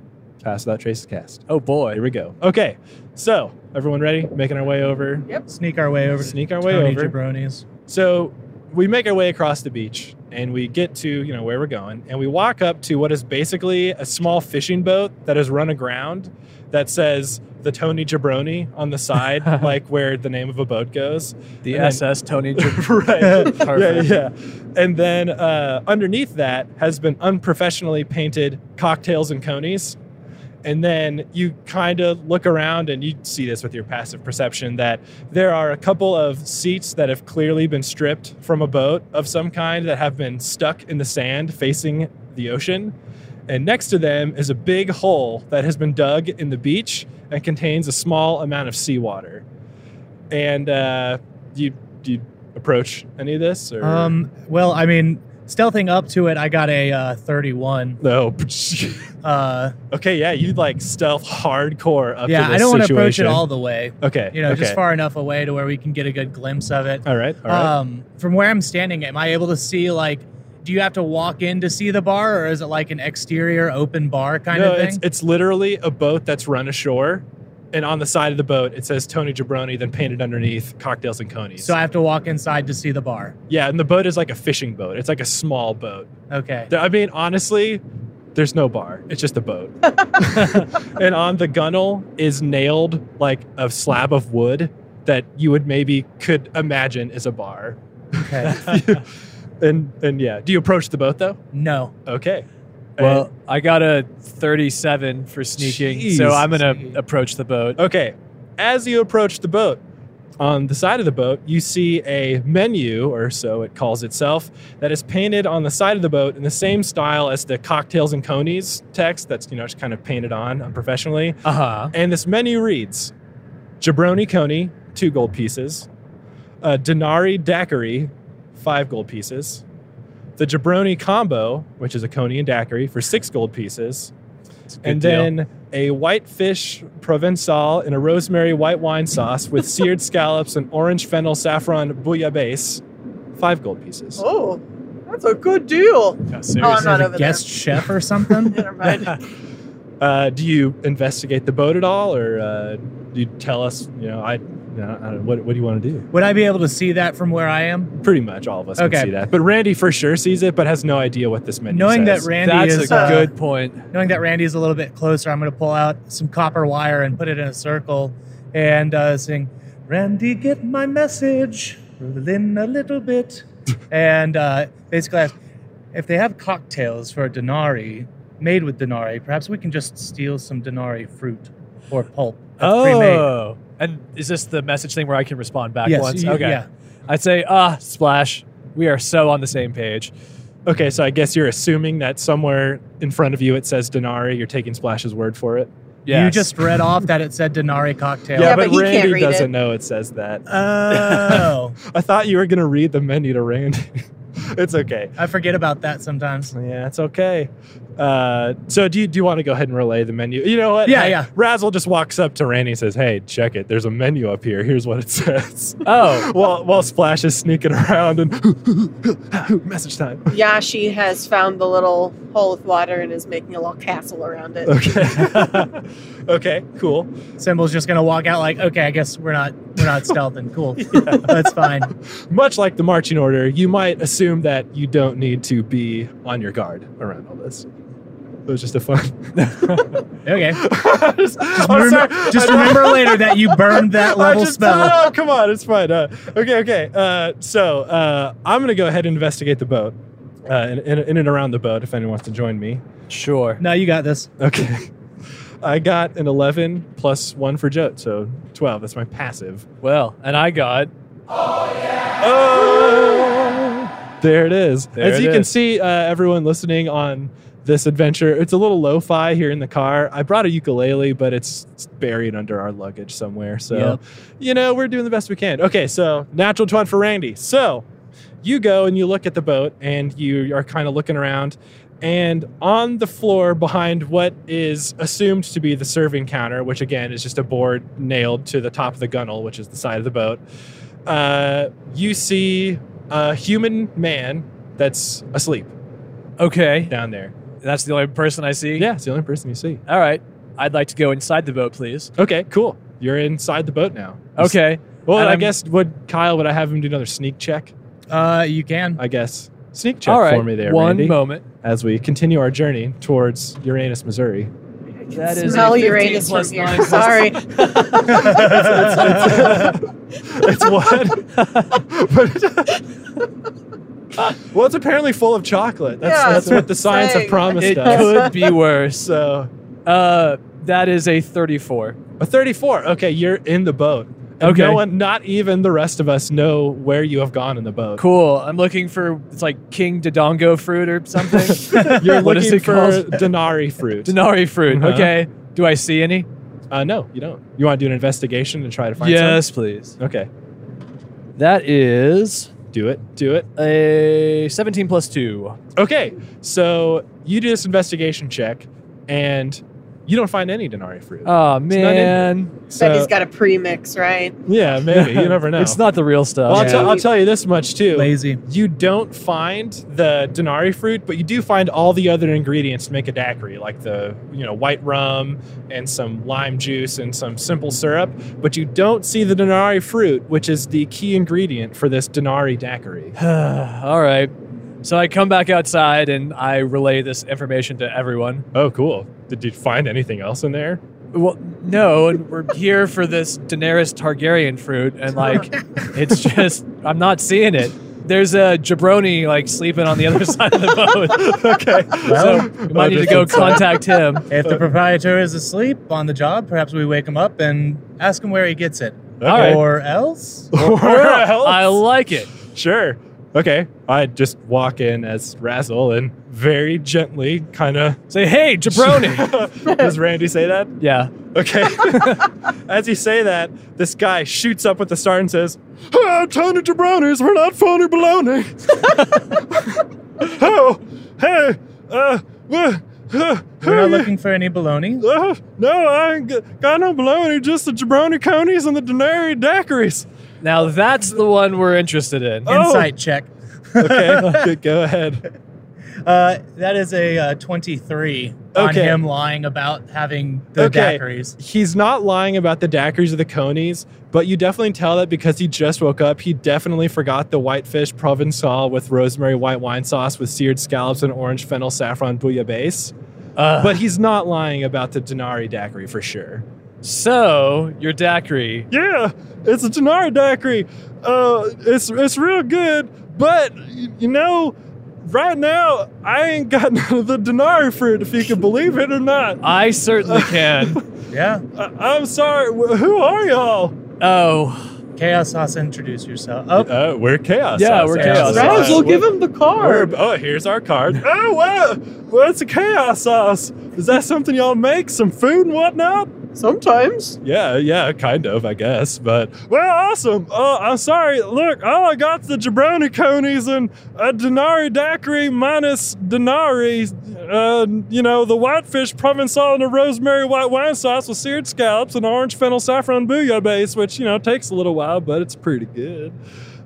pass without trace is cast.
Oh
Here
boy.
we go. Okay, so everyone ready? Making our way over.
Sneak our way over. to
Sneak our way
Tony
over.
Jabroni's.
So we make our way across the beach and we get to, you know, where we're going and we walk up to what is basically a small fishing boat that has run aground that says the Tony Jabroni on the
(laughs)
side, like where the name of a boat goes.
The
And then- (laughs)
SS Tony Jab- (laughs)
right. yeah,
Perfect.
yeah. And then uh, underneath that has been unprofessionally painted cocktails and conies. And then you kind of look around and you see this with your passive perception that there are a couple of seats that have clearly been stripped from a boat of some kind that have been stuck in the sand facing the ocean. And next to them is a big hole that has been dug in the beach and contains a small amount of seawater. And uh, you, you approach any of this? Or?
Um, well, I mean, stealthing up to it, I got a uh, 31.
no. (laughs)
Uh,
okay, yeah, you like stealth hardcore up
yeah,
to this
I don't want to approach
situation.
it all the way.
Okay,
You know,
okay.
just far enough away to where we can get a good glimpse of it.
All right, all right.
Um, from where I'm standing, am I able to see like? Do you have to walk in to see the bar, or is it like an exterior open bar kind
no,
of thing?
it's it's literally a boat that's run ashore, and on the side of the boat it says Tony Jabroni, then painted underneath cocktails and conies.
so I have to walk inside to see the bar.
yeah, and the boat is like a fishing boat. It's like a small boat. (laughs)
Okay.
Th- I mean, honestly, there's no bar. It's just a boat. and on the gunnel is nailed like a slab of wood that you would maybe could imagine is a bar.
Okay.
and and yeah, do you approach the boat though?
no.
Okay.
Well, I got a 37 for sneaking, so
Jeez.
I'm gonna approach the boat.
Okay. As you approach the boat, on the side of the boat, you see a menu, or so it calls itself, that is painted on the side of the boat in the same style as the cocktails and conies text that's, you know, just kind of painted on unprofessionally.
Uh huh.
And this menu reads Jabroni Coney, two gold pieces. Uh, Denari Daiquiri, five gold pieces. The Jabroni Combo, which is a Coney and Daiquiri, for six gold pieces. And then a whitefish Provençal in a rosemary white wine sauce with seared scallops and orange fennel saffron bouillabaisse, five gold pieces.
Oh, that's a good deal. Oh, I'm
Is
not
it
over
a guest chef or something?
there. Never mind.
(laughs)
Uh, do you investigate the boat at all, or uh, do you tell us? You know, I, you know, I don't, what, what do you want to do?
Would I be able to see that from where I am?
Pretty much all of us
Okay.
can see that. But Randy for sure sees it, but has no idea what this menu
Knowing that
says.
Randy
That's
is
a
uh,
good point.
knowing that Randy is a little bit closer, I'm going to pull out some copper wire and put it in a circle and uh, sing, Randy, get my message, roll in a little bit. and uh, basically, ask, if they have cocktails for denarii, made with denarii, perhaps we can just steal some denarii fruit or pulp. that's pre-made."
Oh, and is this the message thing where I can respond back
Yes,
once?
you-
okay,
yeah.
I'd say ah, splash. We are so on the same page.
Okay, so I guess you're assuming that somewhere in front of you it says Denari. You're taking Splash's word for it.
Yes.
You just read off that it said denarii cocktail.
Yeah, but he can't
Randy
read it. Uh,
doesn't know it says that.
Oh,
I thought you were gonna read the menu to Randy. (laughs) it's okay.
I forget about that sometimes.
Yeah, it's okay. Uh, so do you do you want to go ahead and relay the menu? You know what?
Yeah,
Hey,
yeah.
Razzle just walks up to Randy and says, "Hey, check it. There's a menu up here. Here's what it says." (laughs)
oh
while while Splash is sneaking around and (laughs) message time.
Yashi has found the little hole with water and is making a little castle around it.
Okay. (laughs) okay. Cool.
Symbol's just gonna walk out like, okay, I guess we're not we're not stealthing.
(laughs)
Cool, that's fine.
Much like the marching order, you might assume that you don't need to be on your guard around all this. It was just a fun.
Okay,
Just- (laughs) I'm
Remem-
sorry.
just
I-
remember later
(laughs)
that you burned that
I
level
just-
spell.
no, come on, it's fine. Uh, okay, okay. Uh, so uh, I'm gonna go ahead and investigate the boat, uh, in, in, in and around the boat. If anyone wants to join me,
sure.
No, you got this.
okay. I got an 11 plus one for Jote, so 12. That's my passive.
Well, and I got
Oh, there it is.
There
As
it
you can
is.
see, uh, everyone listening on this adventure, it's a little lo-fi here in the car. I brought a ukulele, but it's it's buried under our luggage somewhere. So,
Yep.
you know, we're doing the best we can. Okay, so natural twenty for Randy. So, you go and you look at the boat, and you are kind of looking around. And on the floor behind what is assumed to be the serving counter, which again is just a board nailed to the top of the gunnel, which is the side of the boat, uh, you see a human man that's asleep
Okay.
down there.
That's the only person I see?
Yeah, it's the only person you see.
All right. I'd like to go inside the boat, please.
Okay, cool. You're inside the boat now.
Okay.
Well,
And
I
I'm-
guess would Kyle would I have him do another sneak check?
Uh, you can.
I guess sneak check
All right.
for me there,
One
Randy,
moment.
as we continue our journey towards Uranus, Missouri.
That is
Smell
a 15
Uranus
plus
from here.
nine plus-
(laughs) Sorry.
it's one. but it- well, it's apparently full of chocolate. That's,
Yeah,
that's what the science have
saying.
promised
It
us.
(laughs) could be worse.
So
Uh, that is a 34.
a 34. Okay, you're in the boat. And
Okay.
No one, not even the rest of us, know where you have gone in the
(laughs)
boat.
Cool. I'm looking for it's like King Dodongo fruit or (laughs) something. (sighs)
You're
What is
looking
it
for
called?
denari fruit.
Denari fruit.
Uh-huh.
Okay. Do I see any?
Uh, no, you don't. You want to do an investigation and try to find
yes, please.
some? Okay.
That is
Do it. Do it.
a 17 plus 2.
Okay. So you do this investigation check and you don't find any denari fruit.
Oh,
in there.
man.
so,
But he's got a premix, right?
yeah, maybe. You never know.
It's not the real stuff.
Well, I'll,
Yeah.
tell- I'll tell you this much too.
Lazy.
You don't find the denari fruit, but you do find all the other ingredients to make a daiquiri, like the you know white rum and some lime juice and some simple syrup. But you don't see the denari fruit, which is the key ingredient for this denari daiquiri.
All right. So I come back outside and I relay this information to everyone.
Oh, cool! Did you find anything else in there?
Well, no, and we're here for this Daenerys Targaryen fruit, and like, (laughs) it's just I'm not seeing it. There's a jabroni like sleeping on the other (laughs) side
(laughs)
of the boat,
okay. (laughs)
so we
Oh,
might need to go contact him.
If
Uh,
the proprietor is asleep on the job, perhaps we wake him up and ask him where he gets it.
All right.
Or else?
(laughs) I like it.
Sure. Okay. I just walk in as Razzle and very gently kind of
Say, hey, jabroni.
(laughs) Does Randy say that?
(laughs) yeah.
Okay. (laughs) As you say that, this guy shoots up with the star and says, "Hey, I'm Tony Jabronis. We're not phony baloney. (laughs) oh, hey, uh, wha- huh,
We're not
(laughs) hey,
looking for any baloney.
uh, no, I ain't g- got no baloney, just the jabroni conies and the denari daiquiris.
Now that's the one we're interested in.
Oh.
Insight check.
Okay, good, (laughs) go ahead.
Uh, that is a uh, 23 on
Okay.
him lying about having the
Okay.
daiquiris.
He's not lying about the daiquiris or the conies, but you definitely tell that because he just woke up. He definitely forgot the whitefish provençal with rosemary white wine sauce with seared scallops and orange fennel saffron bouillabaisse.
Uh,
But he's not lying about the denari daiquiri for sure.
so your daiquiri.
Yeah, it's a denari daiquiri. Uh, it's it's real good, but you know, right now I ain't got (laughs) none of the denari fruit. If you can believe it or not, (laughs)
I certainly can.
Yeah.
I, I'm sorry. Who are y'all?
oh,
Chaos Sauce, introduce yourself. Oh,
Uh, we're chaos.
Yeah,
Sauce.
we're Chaos
Sauce.
Sauce. Razzle,
give him the
We're-
card.
oh, here's our card. oh, wow. Well, it's a chaos sauce. Is that something y'all make? Some food and whatnot?
Sometimes.
Yeah, yeah, kind of, I guess. But, well, awesome. Uh, I'm sorry. Look, all I got's the jabroni conies and a denari daiquiri minus denari. Uh, you know, the whitefish provençal and the rosemary white wine sauce with seared scallops and orange fennel saffron bouillabaisse, which, you know, takes a little while, but it's pretty good.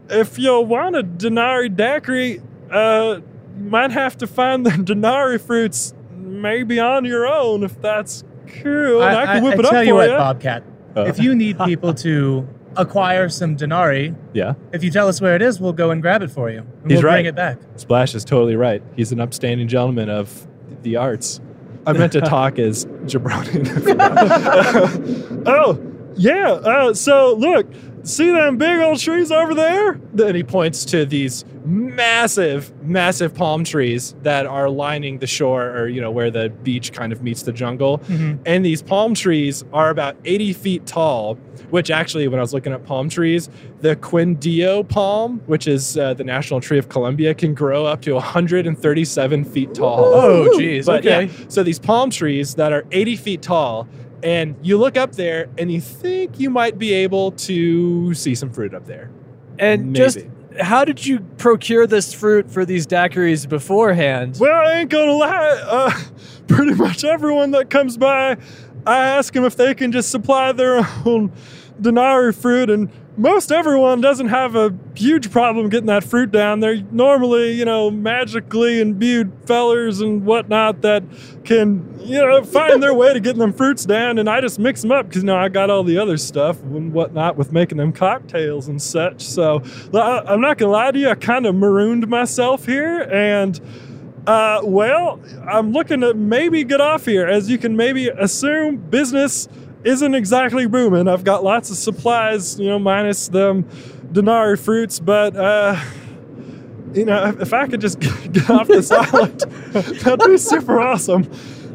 If you want a denari daiquiri, uh, you might have to find the (laughs) denari fruits maybe on your own if that's cool. I, can whip it up
tell
for
you
you.
what, Bobcat.
Uh.
If you need people
(laughs)
to acquire some denari,
Yeah.
if you tell us where it is, we'll go and grab it for you. And
He's
we'll
right.
bring it back.
Splash is totally right. He's an upstanding gentleman of the arts. I meant (laughs) to talk as jabroni. oh, yeah. Uh, so look, see them big old trees over there? Then he points to these massive, massive palm trees that are lining the shore or, you know, where the beach kind of meets the jungle. And these palm trees are about 80 feet tall, which actually, when I was looking at palm trees, the Quindío palm, which is uh, the national tree of Colombia, can grow up to 137 feet tall.
Oh, jeez.
But
Okay.
yeah, so these palm trees that are 80 feet tall, and you look up there and you think you might be able to see some fruit up there.
And just
Maybe.
how did you procure this fruit for these daiquiris beforehand?
Well, I ain't gonna lie. Uh, (laughs) pretty much everyone that comes by, I ask them if they can just supply their own denari fruit, and most everyone doesn't have a huge problem getting that fruit down. They're normally, you know, magically imbued fellers and whatnot that can, you know, find their way to getting them fruits down, and I just mix them up because you know I got all the other stuff and whatnot with making them cocktails and such. So I- I'm not gonna lie to you, I kind of marooned myself here and. Uh, well, I'm looking to maybe get off here. As you can maybe assume, business isn't exactly booming. I've got lots of supplies, you know, minus them denari fruits, but uh, you know, uh, if, if I could just (laughs) get
(laughs)
off this island, (laughs) that'd be super awesome.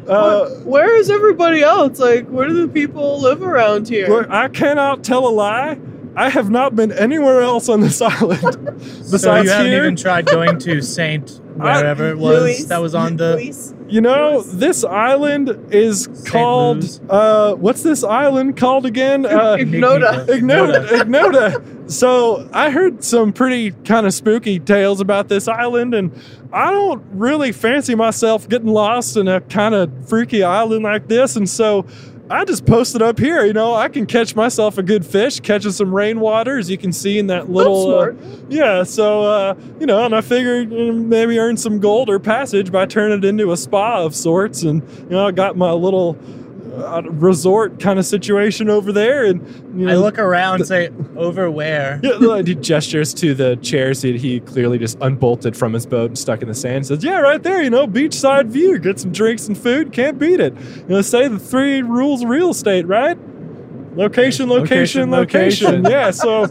Uh,
Where is everybody else? Like, where do the people live around here?
Look, I cannot tell a lie. I have not been anywhere else on this (laughs) island
so you
besides
haven't
here.
even tried going to Saint
(laughs)
wherever it was
Ah, Luis,
that was on the.
Luis.
You know, this island is called
Louis.
uh what's this island called again? Uh (laughs)
Ignoda.
Ignoda. Ignoda. So I heard some pretty kind of spooky tales about this island, and I don't really fancy myself getting lost in a kind of freaky island like this. And so I just posted up here. You know, I can catch myself a good fish, catching some rainwater, as you can see in that little. uh,
smart.
yeah. So uh, you know, and I figured you know, maybe earn some gold or passage by turning it into a spa of sorts, and you know, I got my little. uh, resort kind of situation over there, and
(laughs)
you know,
I look around, say, over where?
(laughs) yeah, like, he gestures to the chairs that he clearly just unbolted from his boat and stuck in the sand. Says, "Yeah, right there. You know, beachside view. Get some drinks and food. Can't beat it. You know, say the three rules of real estate, right? Location,
Location,
location, location.
location.
yeah. So,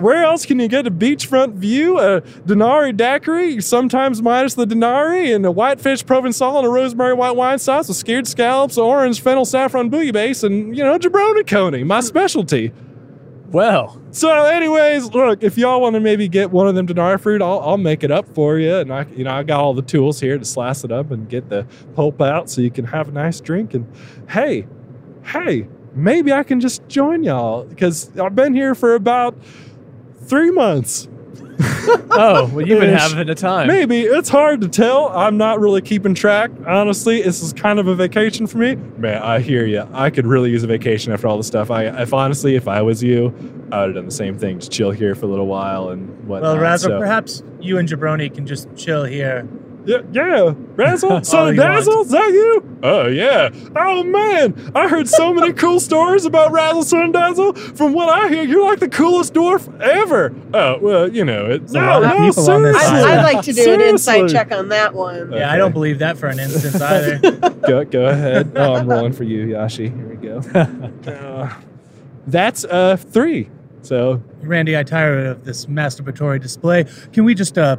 where else can you get a beachfront view? A denari daiquiri, sometimes minus the denari, and a whitefish provençal and a rosemary white wine sauce with scared scallops, orange fennel, saffron bouillabaisse, and you know, jabroni coney, my specialty."
Well,
So, anyways, look, if y'all want to maybe get one of them denari fruit, I'll, I'll make it up for you. And I, you know, I got all the tools here to slice it up and get the pulp out so you can have a nice drink. And hey, hey, maybe I can just join y'all because I've been here for about three months.
oh, well, you've been
Ish.
having a time.
Maybe it's hard to tell. I'm not really keeping track. Honestly, this is kind of a vacation for me. Man, I hear you. I could really use a vacation after all the stuff. I, if honestly, if I was you, I would have done the same thing. Just chill here for a little while and whatnot.
Well, Razzle,
So-
perhaps you and Jabroni can just chill here.
yeah, yeah.
(laughs)
Razzle,
All
son of
Oh, you want.
Dazzle, is that you? Oh yeah. Oh man, I heard so
(laughs)
many cool stories about Razzle, son of Dazzle. From what I hear, you're like the coolest dwarf ever. Oh well, you know it's
a lot of people on this island.
I, I'd like to do an insight
Seriously.
check on that one.
Okay.
Yeah, I don't believe that for
(laughs)
an instance either.
go, go ahead. Oh, I'm rolling for you, Yashi. Here we go.
(laughs)
Uh, that's uh three. So
Randy, I tire of this masturbatory display. Can we just uh,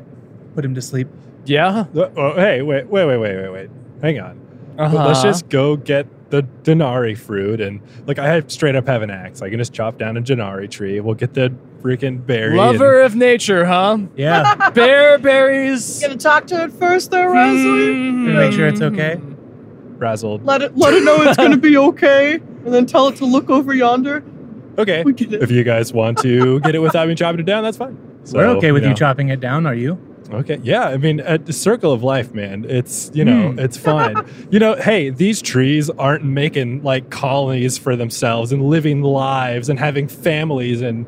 put him to sleep?
Yeah.
uh, oh, hey, wait, wait, wait, wait, wait, wait. Hang on.
Uh-huh.
Let's just go get
(laughs)
the denari fruit and like I have straight up have an axe. I can just chop down a denari tree. We'll get the freaking berry. and-
Lover of nature, huh?
(laughs)
Yeah.
Bear berries.
Gonna talk to it first, though, Rosalie.
Mm-hmm.
make sure it's okay.
Razzled.
Let it let it know it's gonna be okay, and then tell it to look over yonder.
Okay.
We get it.
If you guys want
(laughs)
to get it without me chopping it down, that's fine. So,
We're okay with you
know.
chopping it down, are you?
Okay. Yeah. I mean, at the circle of life, man. It's you know,
Hmm.
it's fine. you know, hey, these trees aren't making like colonies for themselves and living lives and having families and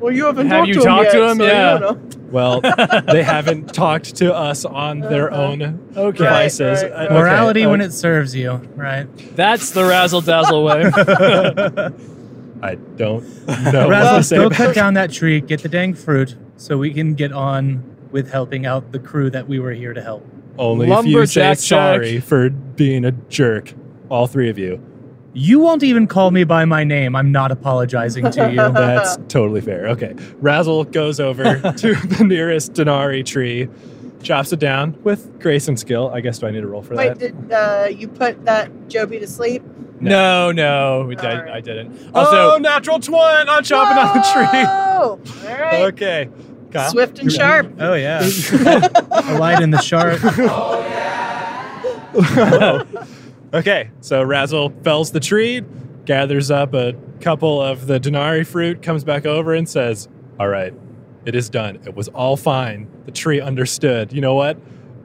Well, you haven't
Have
talked
you
to him
talked
yet,
to him?
so you
Yeah.
don't know.
(laughs)
well, they haven't talked to us on their own
Okay.
devices.
Right,
Uh,
right.
okay,
Morality
uh,
when it serves you, right?
(laughs) That's the razzle dazzle way.
I
(laughs)
don't know. what to
Razzle,
say
go
about-
cut
(laughs)
down that tree, get the dang fruit, so we can get on with helping out the crew that we were here to help.
(laughs) Only if you say
Lumberjack check.
sorry for being a jerk, all three
(laughs)
of you.
You won't even call me by my name. I'm not apologizing to you.
(laughs) That's totally fair. Okay. Razzle
(laughs)
goes over to the nearest denari tree, chops it down with grace and skill. I guess do I need a roll for
Wait,
that?
did uh, you put that Joby to sleep?
no, no, I,
Alright.
I didn't. Also,
oh, natural twin on chopping on the
Whoa! All
tree.
right.
(laughs) Okay. Kyle?
Swift and sharp.
Oh yeah, a light in the shark.
Okay. So Razzle fells the tree, gathers up a couple of the denari fruit, comes back over and says, All right, It is done. It was all fine. The tree understood. You know what?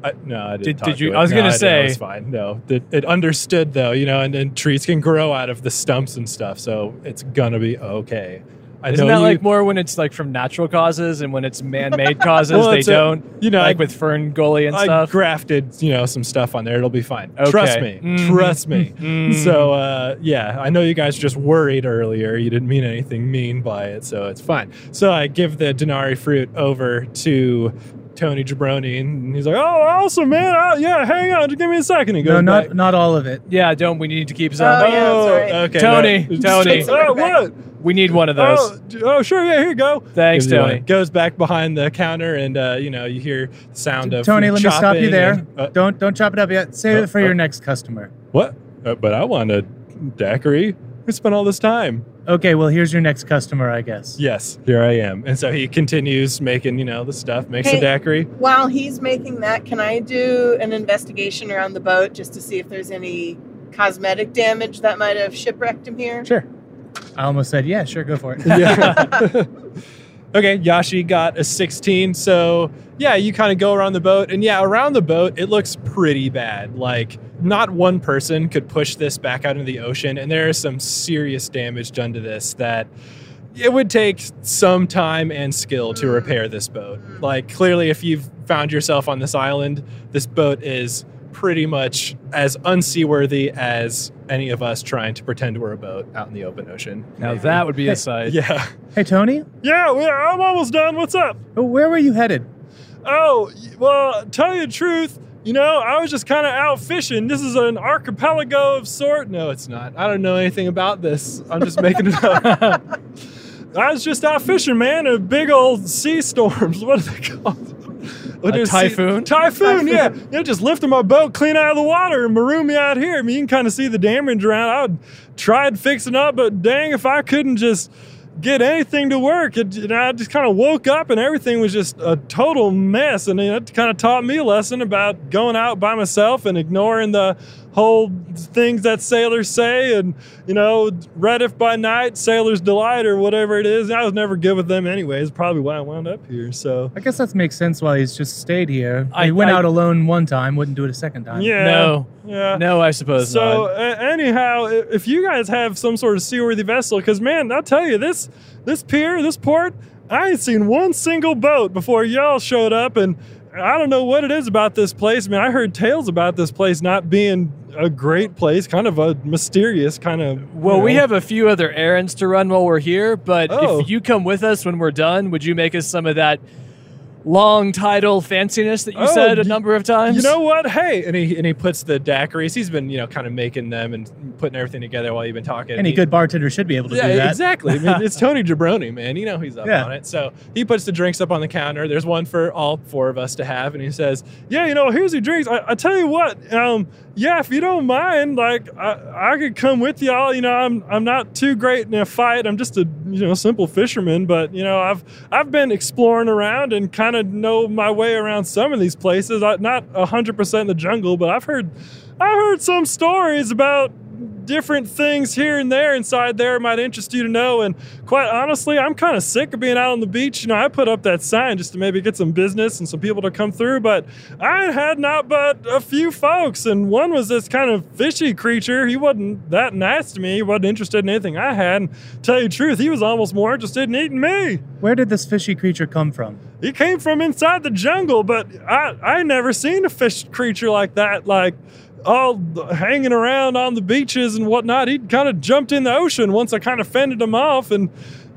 I, no, I didn't.
Did-
talk
did you-
to it.
I was
No,
gonna
didn't.
say-
it was fine. No, it, it understood though. You know, and, and trees can grow out of the stumps and stuff, so it's gonna be okay. I
Isn't
know
that
you-
like more when it's like from natural causes and when it's
(laughs)
man-made causes
Well,
they
it's a-
don't?
you know,
like
I-
with fern gully and
I
stuff.
grafted, you know, some stuff on there. It'll be fine.
Okay.
Trust me.
Mhm.
Trust me.
Mhm.
So uh, yeah, I know you guys just worried earlier. You didn't mean anything mean by it, so it's fine. So I give the denari fruit over to Tony Jabroni, and he's like, "Oh, awesome, man! Oh, yeah, hang on, just give me a second. He goes,
No, not
back.
not all of it.
yeah, don't we need to keep some?
Oh, yeah. that's right.
okay,
Tony,
no.
Tony.
(laughs)
oh, what?
We need one of those.
Oh, d- oh, sure, yeah, here you go.
Thanks,
Gives you
Tony.
one. Goes back behind the counter, and uh, you know, you hear the sound of
Tony,
food
let me stop you
chopping
there.
and- uh,
don't don't chop it up yet. Save
uh,
it for
uh.
your next customer.
What? Uh, but I want a daiquiri. We spent all this time.
Okay, well here's your next customer, I guess.
Yes, here I am. And so he continues making, you know, the stuff, makes
Hey.
a daiquiri.
While he's making that, can I do an investigation around the boat just to see if there's any cosmetic damage that might have shipwrecked him here?
Sure.
I almost said, yeah, sure, go for it.
(laughs) Yeah. okay, Yashi got a 16. So, yeah, you kind of go around the boat. And yeah, around the boat, it looks pretty bad. Like, not one person could push this back out into the ocean. And there is some serious damage done to this that it would take some time and skill to repair this boat. Like, clearly, if you've found yourself on this island, this boat is pretty much as unseaworthy as any of us trying to pretend we're a boat out in the open ocean.
now that would be a sight.
(laughs) Yeah.
hey Tony,
Yeah, well, I'm almost done. What's up?
where were you headed?
Oh, y- well, tell you the truth, you know, I was just kind of out fishing. This is an archipelago of sort. No, it's not. I don't know anything about this. I'm just making it up. (laughs) I was just out fishing, man, in big old sea storms. (laughs) What are they called? What
A
is sea-
typhoon?
typhoon, yeah. You know, just lifted my boat clean out of the water and marooned me out here. I mean, you can kind of see the damage around. I would tried fixing up, but dang, if I couldn't just get anything to work, it, you know, I just kind of woke up and everything was just a total mess. And it kind of taught me a lesson about going out by myself and ignoring the whole things that sailors say and you know Reddit by night sailor's delight or whatever it is i was never good with them anyways probably why i wound up here so
I guess that makes sense why he's just stayed here.
I-
he went
I-
out alone one time, wouldn't do it a second time.
yeah
No.
yeah
Uh, No, I suppose
So
not.
uh, anyhow, i- if you guys have some sort of seaworthy vessel, because man, I'll tell you this this pier, this port, I ain't seen one single boat before y'all showed up, and I don't know what it is about this place. Man, I heard tales about this place not being a great place, kind of a mysterious kind of.
Well,
you
we
know.
have a few other errands to run while we're here, but
Oh.
if you come with us when we're done, would you make us some of that long title fanciness that you
Oh,
said a
y-
number of times?
You know what? Hey, and he and he puts the daiquiris. He's been you know kind of making them and putting everything together while you've been talking.
Any
He-
good bartender should be able to
yeah,
do that.
exactly. I mean, it's
(laughs)
Tony Jabroni, man. You know he's up
Yeah.
on it. So he puts the drinks up on the counter. There's one for all four of us to have, and he says, "Yeah, you know, here's your drinks. I, I tell you what, um, yeah, if you don't mind, like I, I could come with y'all. You know, I'm I'm not too great in a fight. I'm just a you know simple fisherman, but you know, I've I've been exploring around and kind of know my way around some of these places. I, not hundred percent in the jungle, but I've heard I've heard some stories about different things here and there inside there might interest you to know. And quite honestly, I'm kind of sick of being out on the beach. You know, I put up that sign just to maybe get some business and some people to come through, but I had not but a few folks. And one was this kind of fishy creature. He wasn't that nice to me. He wasn't interested in anything I had. And tell you the truth, he was almost more interested in eating me
Where did this fishy creature come from?
he came from inside the jungle, but I I never seen a fish creature like that, like all hanging around on the beaches and whatnot. He kind of jumped in the ocean once I kind of fended him off, and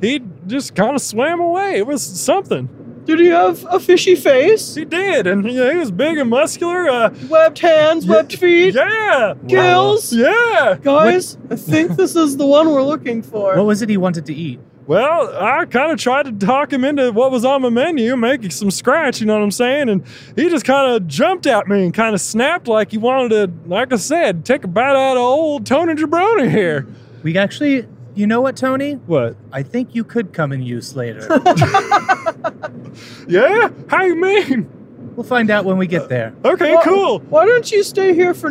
he just kind of swam away. It was something.
Did he have a fishy face?
He did, and you know, he was big and muscular. Uh,
Webbed hands, webbed feet,
yeah,
gills?
yeah.
Guys, I think this is the one we're looking for.
What was it he wanted to eat?
Well, I kind of tried to talk him into what was on my menu, making some scratch, you know what I'm saying? And he just kind of jumped at me and kind of snapped like he wanted to, like I said, take a bite out of old Tony Jabroni here.
We actually, you know what, Tony?
What?
I think you could come in use later.
Yeah? How you mean?
We'll find out when we get there.
Okay,
Wha-
cool.
Why don't you stay here for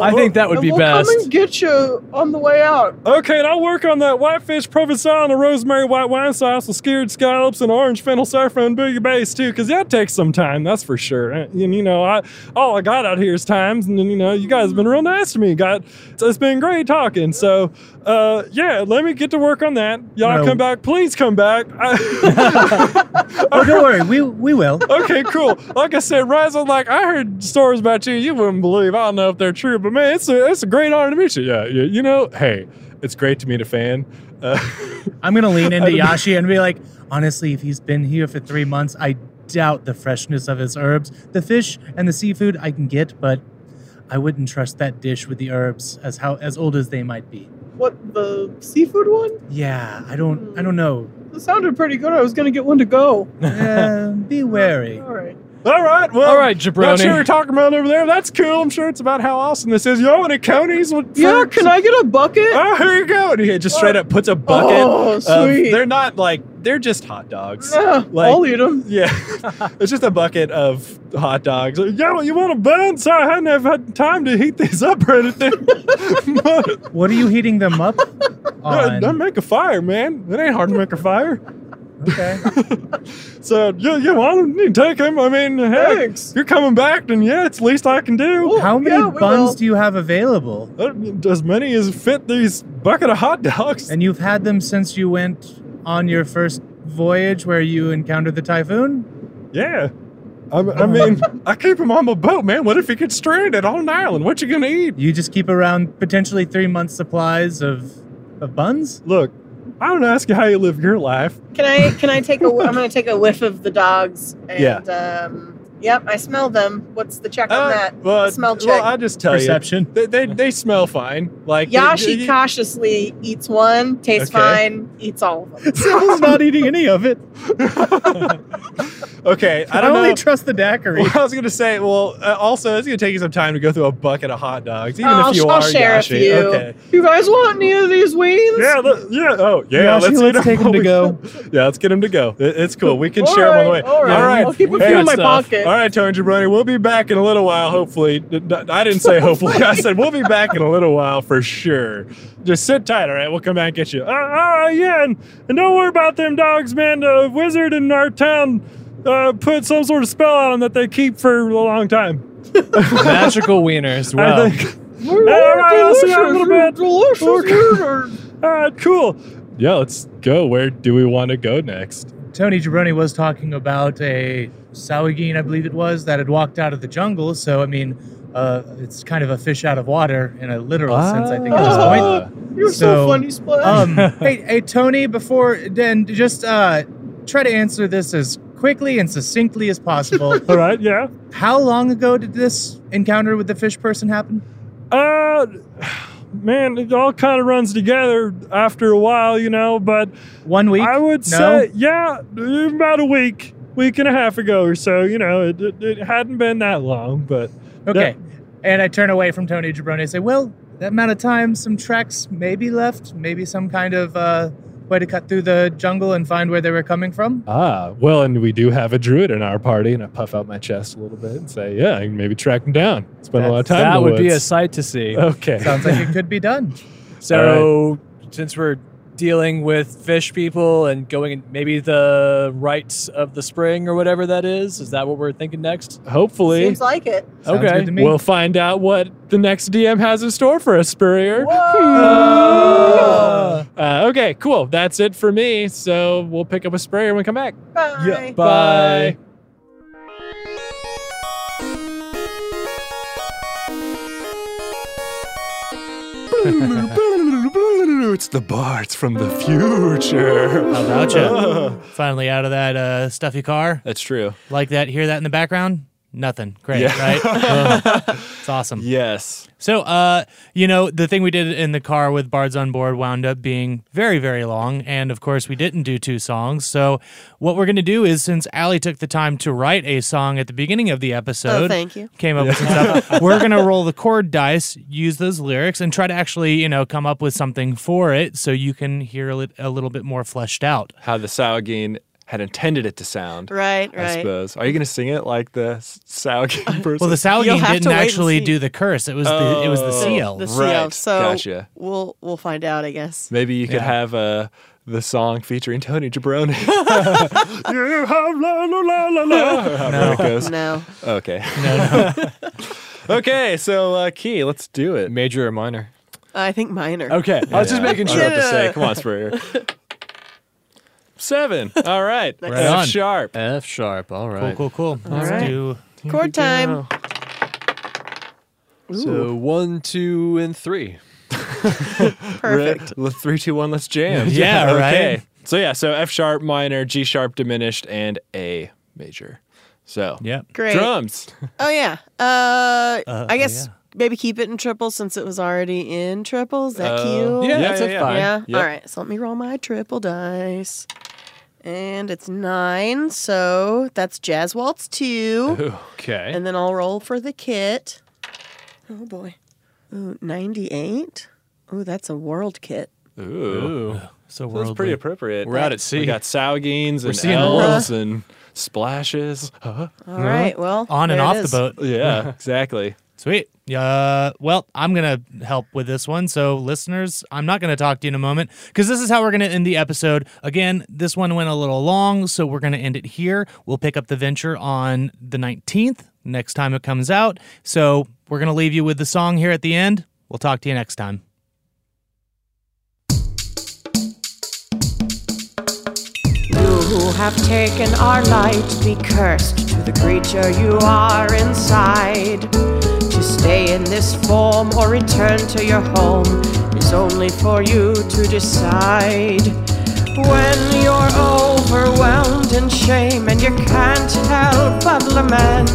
(laughs) I think that would
and
be
we'll Come
best.
and get you on the way out.
Okay, and I'll work on that whitefish provençal and a rosemary white wine sauce with scared scallops and orange fennel saffron bouillabaisse too, because that takes some time, that's for sure. And, and, you know, I all I got out here is times, and then, you know, you guys have been real nice to me. Got so it's been great talking. So, uh, yeah, let me get to work on that. Y'all
No.
come back, please come back. I- (laughs)
Oh, don't worry. We we will.
okay, cool. Like I said, Razzle, like I heard stories about you you wouldn't believe. I don't know if they're true, but man, it's a, it's a great honor to meet you. Yeah, yeah, you know, hey, it's great to meet a fan. Uh,
I'm gonna lean into Yashi and be like, honestly, if he's been here for three months, I doubt the freshness of his herbs. The fish and the seafood I can get, but I wouldn't trust that dish with the herbs as how as old as they might be.
What the seafood one?
Yeah, I don't I don't know.
It sounded pretty good. I was gonna get one to go.
Uh, be wary.
All right.
All right, well,
All right,
Not sure
jabroni.
you're talking about over there. That's cool. I'm sure it's about how awesome this is. Yo, and a Coney's. with-
Yeah, can I get a bucket?
Oh, here you go. And he just straight up puts a bucket.
Oh,
of-
sweet.
they're not like they're just hot dogs.
yeah,
like-
I'll
(laughs)
eat them.
Yeah, it's just a bucket of hot dogs. Like, Yo, you want a bun? Sorry, I hadn't have had time to heat these up or (laughs) anything. but,
What are you heating them up on?
don't make a fire, man. It ain't hard to make a fire.
Okay.
So Uh, you you want them? You take them. I mean, heck,
Thanks.
you're coming back, then yeah, it's the least I can do.
How many
yeah, we will.
buns do you have available?
Uh, As many as fit these bucket of hot dogs.
And you've had them since you went on your first voyage where you encountered the typhoon?
Yeah. I,
Oh.
I mean, I keep him on my boat, man. What if he gets stranded on an island? What you gonna eat?
You just keep around potentially three months' supplies of of buns?
Look, I don't ask you how you live your life.
Can I? Can I take a? wh- I'm gonna take a whiff of the dogs. And,
Yeah. Uh,
Um, yep, I smell them. What's the check on that?
well,
Smell
well,
check.
I just tell
Perception.
you, they, they they smell fine. Like
Yashi
they-
cautiously eats one, tastes
Okay.
fine, eats all of them.
Sybil's not eating any of it.
(laughs) okay, I
I,
don't
only
know.
trust the daiquiri.
Well, I was gonna say, well, uh, also it's gonna take you some time to go through a bucket of hot dogs, even
I'll-
if you
I'll
are
share a
Yashi.
few.
Okay.
You guys want any of these wings?
Yeah, let- yeah. Oh, yeah.
Yashi,
let's
let's
eat 'em
take 'em
while
to
we
go.
can. (laughs) Yeah, let's get him to go. It- it's cool. We can
All
share 'em on the way.
right, all right.
All right.
I'll keep a
Hey,
few in my
stuff.
pocket.
All right, Tony Jabroni, we'll be back in a little while, hopefully. D- d- I didn't say hopefully. I said we'll be back in a little while for sure. Just sit tight, all right? We'll come back and get you. Uh, all right, yeah, and, and don't worry about them dogs, man. The wizard in our town uh, put some sort of spell on them that they keep for a long time.
Magical wieners. Wow.
I
(laughs)
think. All right, I'll see you in a little bit.
Delicious.
(laughs)
All right, cool. Yeah, let's go. Where do we want to go next?
Tony Jabroni was talking about a Sawagin, I believe it was, that had walked out of the jungle. So, I mean, uh, it's kind of a fish out of water in a literal sense, I think, at this point.
Ah. You're so,
So,
funny, Splash. (laughs)
um, hey, hey, Tony, before then, just uh, try to answer this as quickly and succinctly as possible.
(laughs)
All right, yeah.
How long ago did this encounter with the fish person happen?
Uh, man, it all kind of runs together after a while, you know. But
One week?
I would
No?
say, yeah, about a week, week and a half ago or so. You know, it, it, it hadn't been that long, but
Okay. And I turn away from Tony Jabroni and say, well, that amount of time, some tracks may be left, maybe some kind of uh, way to cut through the jungle and find where they were coming from.
Ah, well, and we do have a druid in our party, and I puff out my chest a little bit and say, "Yeah, I can maybe track him down. Spend a lot of time.
that
in the
would be a
woods.
sight to see.
(laughs) okay.
Sounds like it could be done.
So, since we're dealing with fish people and going in maybe the rites of the spring or whatever that is, is that what we're thinking next?
Hopefully,
Seems like it.
Sounds
(laughs)
Okay.
good to me.
we'll find out what the next DM has in store for us, Spurrier.
(laughs) Whoa.
Uh, okay, cool. That's it for me. So we'll pick up a sprayer when we come back.
Bye. (laughs)
Bye.
(laughs) it's the bards from the future.
How about
(laughs)
you? Finally out of that uh, stuffy car.
That's true.
Like that, hear that in the background? Nothing. Great, right?
(laughs)
Ugh. it's awesome.
Yes.
So, uh, you know, the thing we did in the car with Bards on Board wound up being very, very long. And of course, we didn't do two songs. So, what we're going to do is since Allie took the time to write a song at the beginning of the episode,
Oh, thank you.
came up with some
(laughs)
stuff, we're going to roll the chord dice, use those lyrics, and try to actually, you know, come up with something for it so you can hear it a little bit more fleshed out.
How the Saugeen
had intended it to sound.
Right,
I
right.
suppose. Are you going to sing it like the s- (laughs) Salkin person?
Well, the
You'll
Saladin
have to
didn't
wait and
actually
see.
do the curse. It was the it was the
Oh.
seal.
The
Right,
CO. So
gotcha.
we'll we'll find out, I guess.
Maybe you could
Yeah.
have uh, the song featuring Tony (laughs) Jabroni. you have la la la la la. Or however it goes.
No.
Okay. No, no. (laughs) okay, so uh, Key, let's do it.
Major or minor?
I think minor.
Okay, I was just making sure.
Yeah.
to say, come on, Spurrier. (laughs) Seven. All right,
Nice.
Right on.
F sharp.
F sharp. All right.
Cool, cool, cool. Let's
right.
do
Chord time. Ooh,
So one, two, and three.
perfect.
Re- three, two, one. (laughs) Let's jam.
Yeah, right.
So yeah, so F sharp minor, G sharp diminished, and A major. So
yeah.
Great.
drums.
Oh yeah. Uh, I guess
yeah.
maybe keep it in triples since it was already in triples. Is that
Uh,
Oh.
cute?
Yeah,
that's
yeah,
a
yeah.
five.
Yeah.
Yep.
All right. So let me roll my triple dice. And it's nine. So that's Jazz Waltz
Uh-huh.
2.
Okay.
And then I'll roll for the kit. Oh, boy. Ooh, 98. Ooh, that's a world kit.
Ooh.
So
That was
worldly.
pretty appropriate.
We're out at sea.
We got sougines and
seeing the
elves and splashes. Huh?
All right. Well,
on and
there it
off the
is.
boat.
Yeah, exactly.
Sweet. Uh, well, I'm going to help with this one. So, listeners, I'm not going to talk to you in a moment because this is how we're going to end the episode. Again, this one went a little long, so we're going to end it here. We'll pick up the venture on the 19th, next time it comes out. So, we're going to leave you with the song here at the end. We'll talk to you next time.
You who have taken our light, be cursed to the creature you are inside. To stay in this form or return to your home is only for you to decide. When you're overwhelmed in shame and you can't help but lament,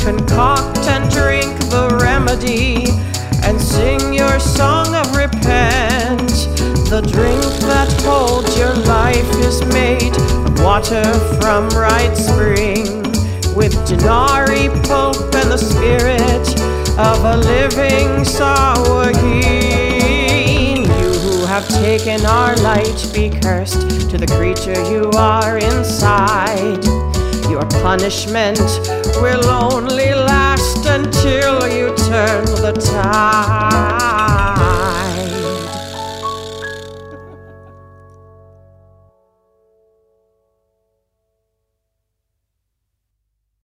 concoct and drink the remedy and sing your song of repent. The drink that holds your life is made of water from right spring, with denarii, pulp, and the spirit of a living sour king. You who have taken our light, be cursed to the creature you are inside. Your punishment will only last until you turn the tide.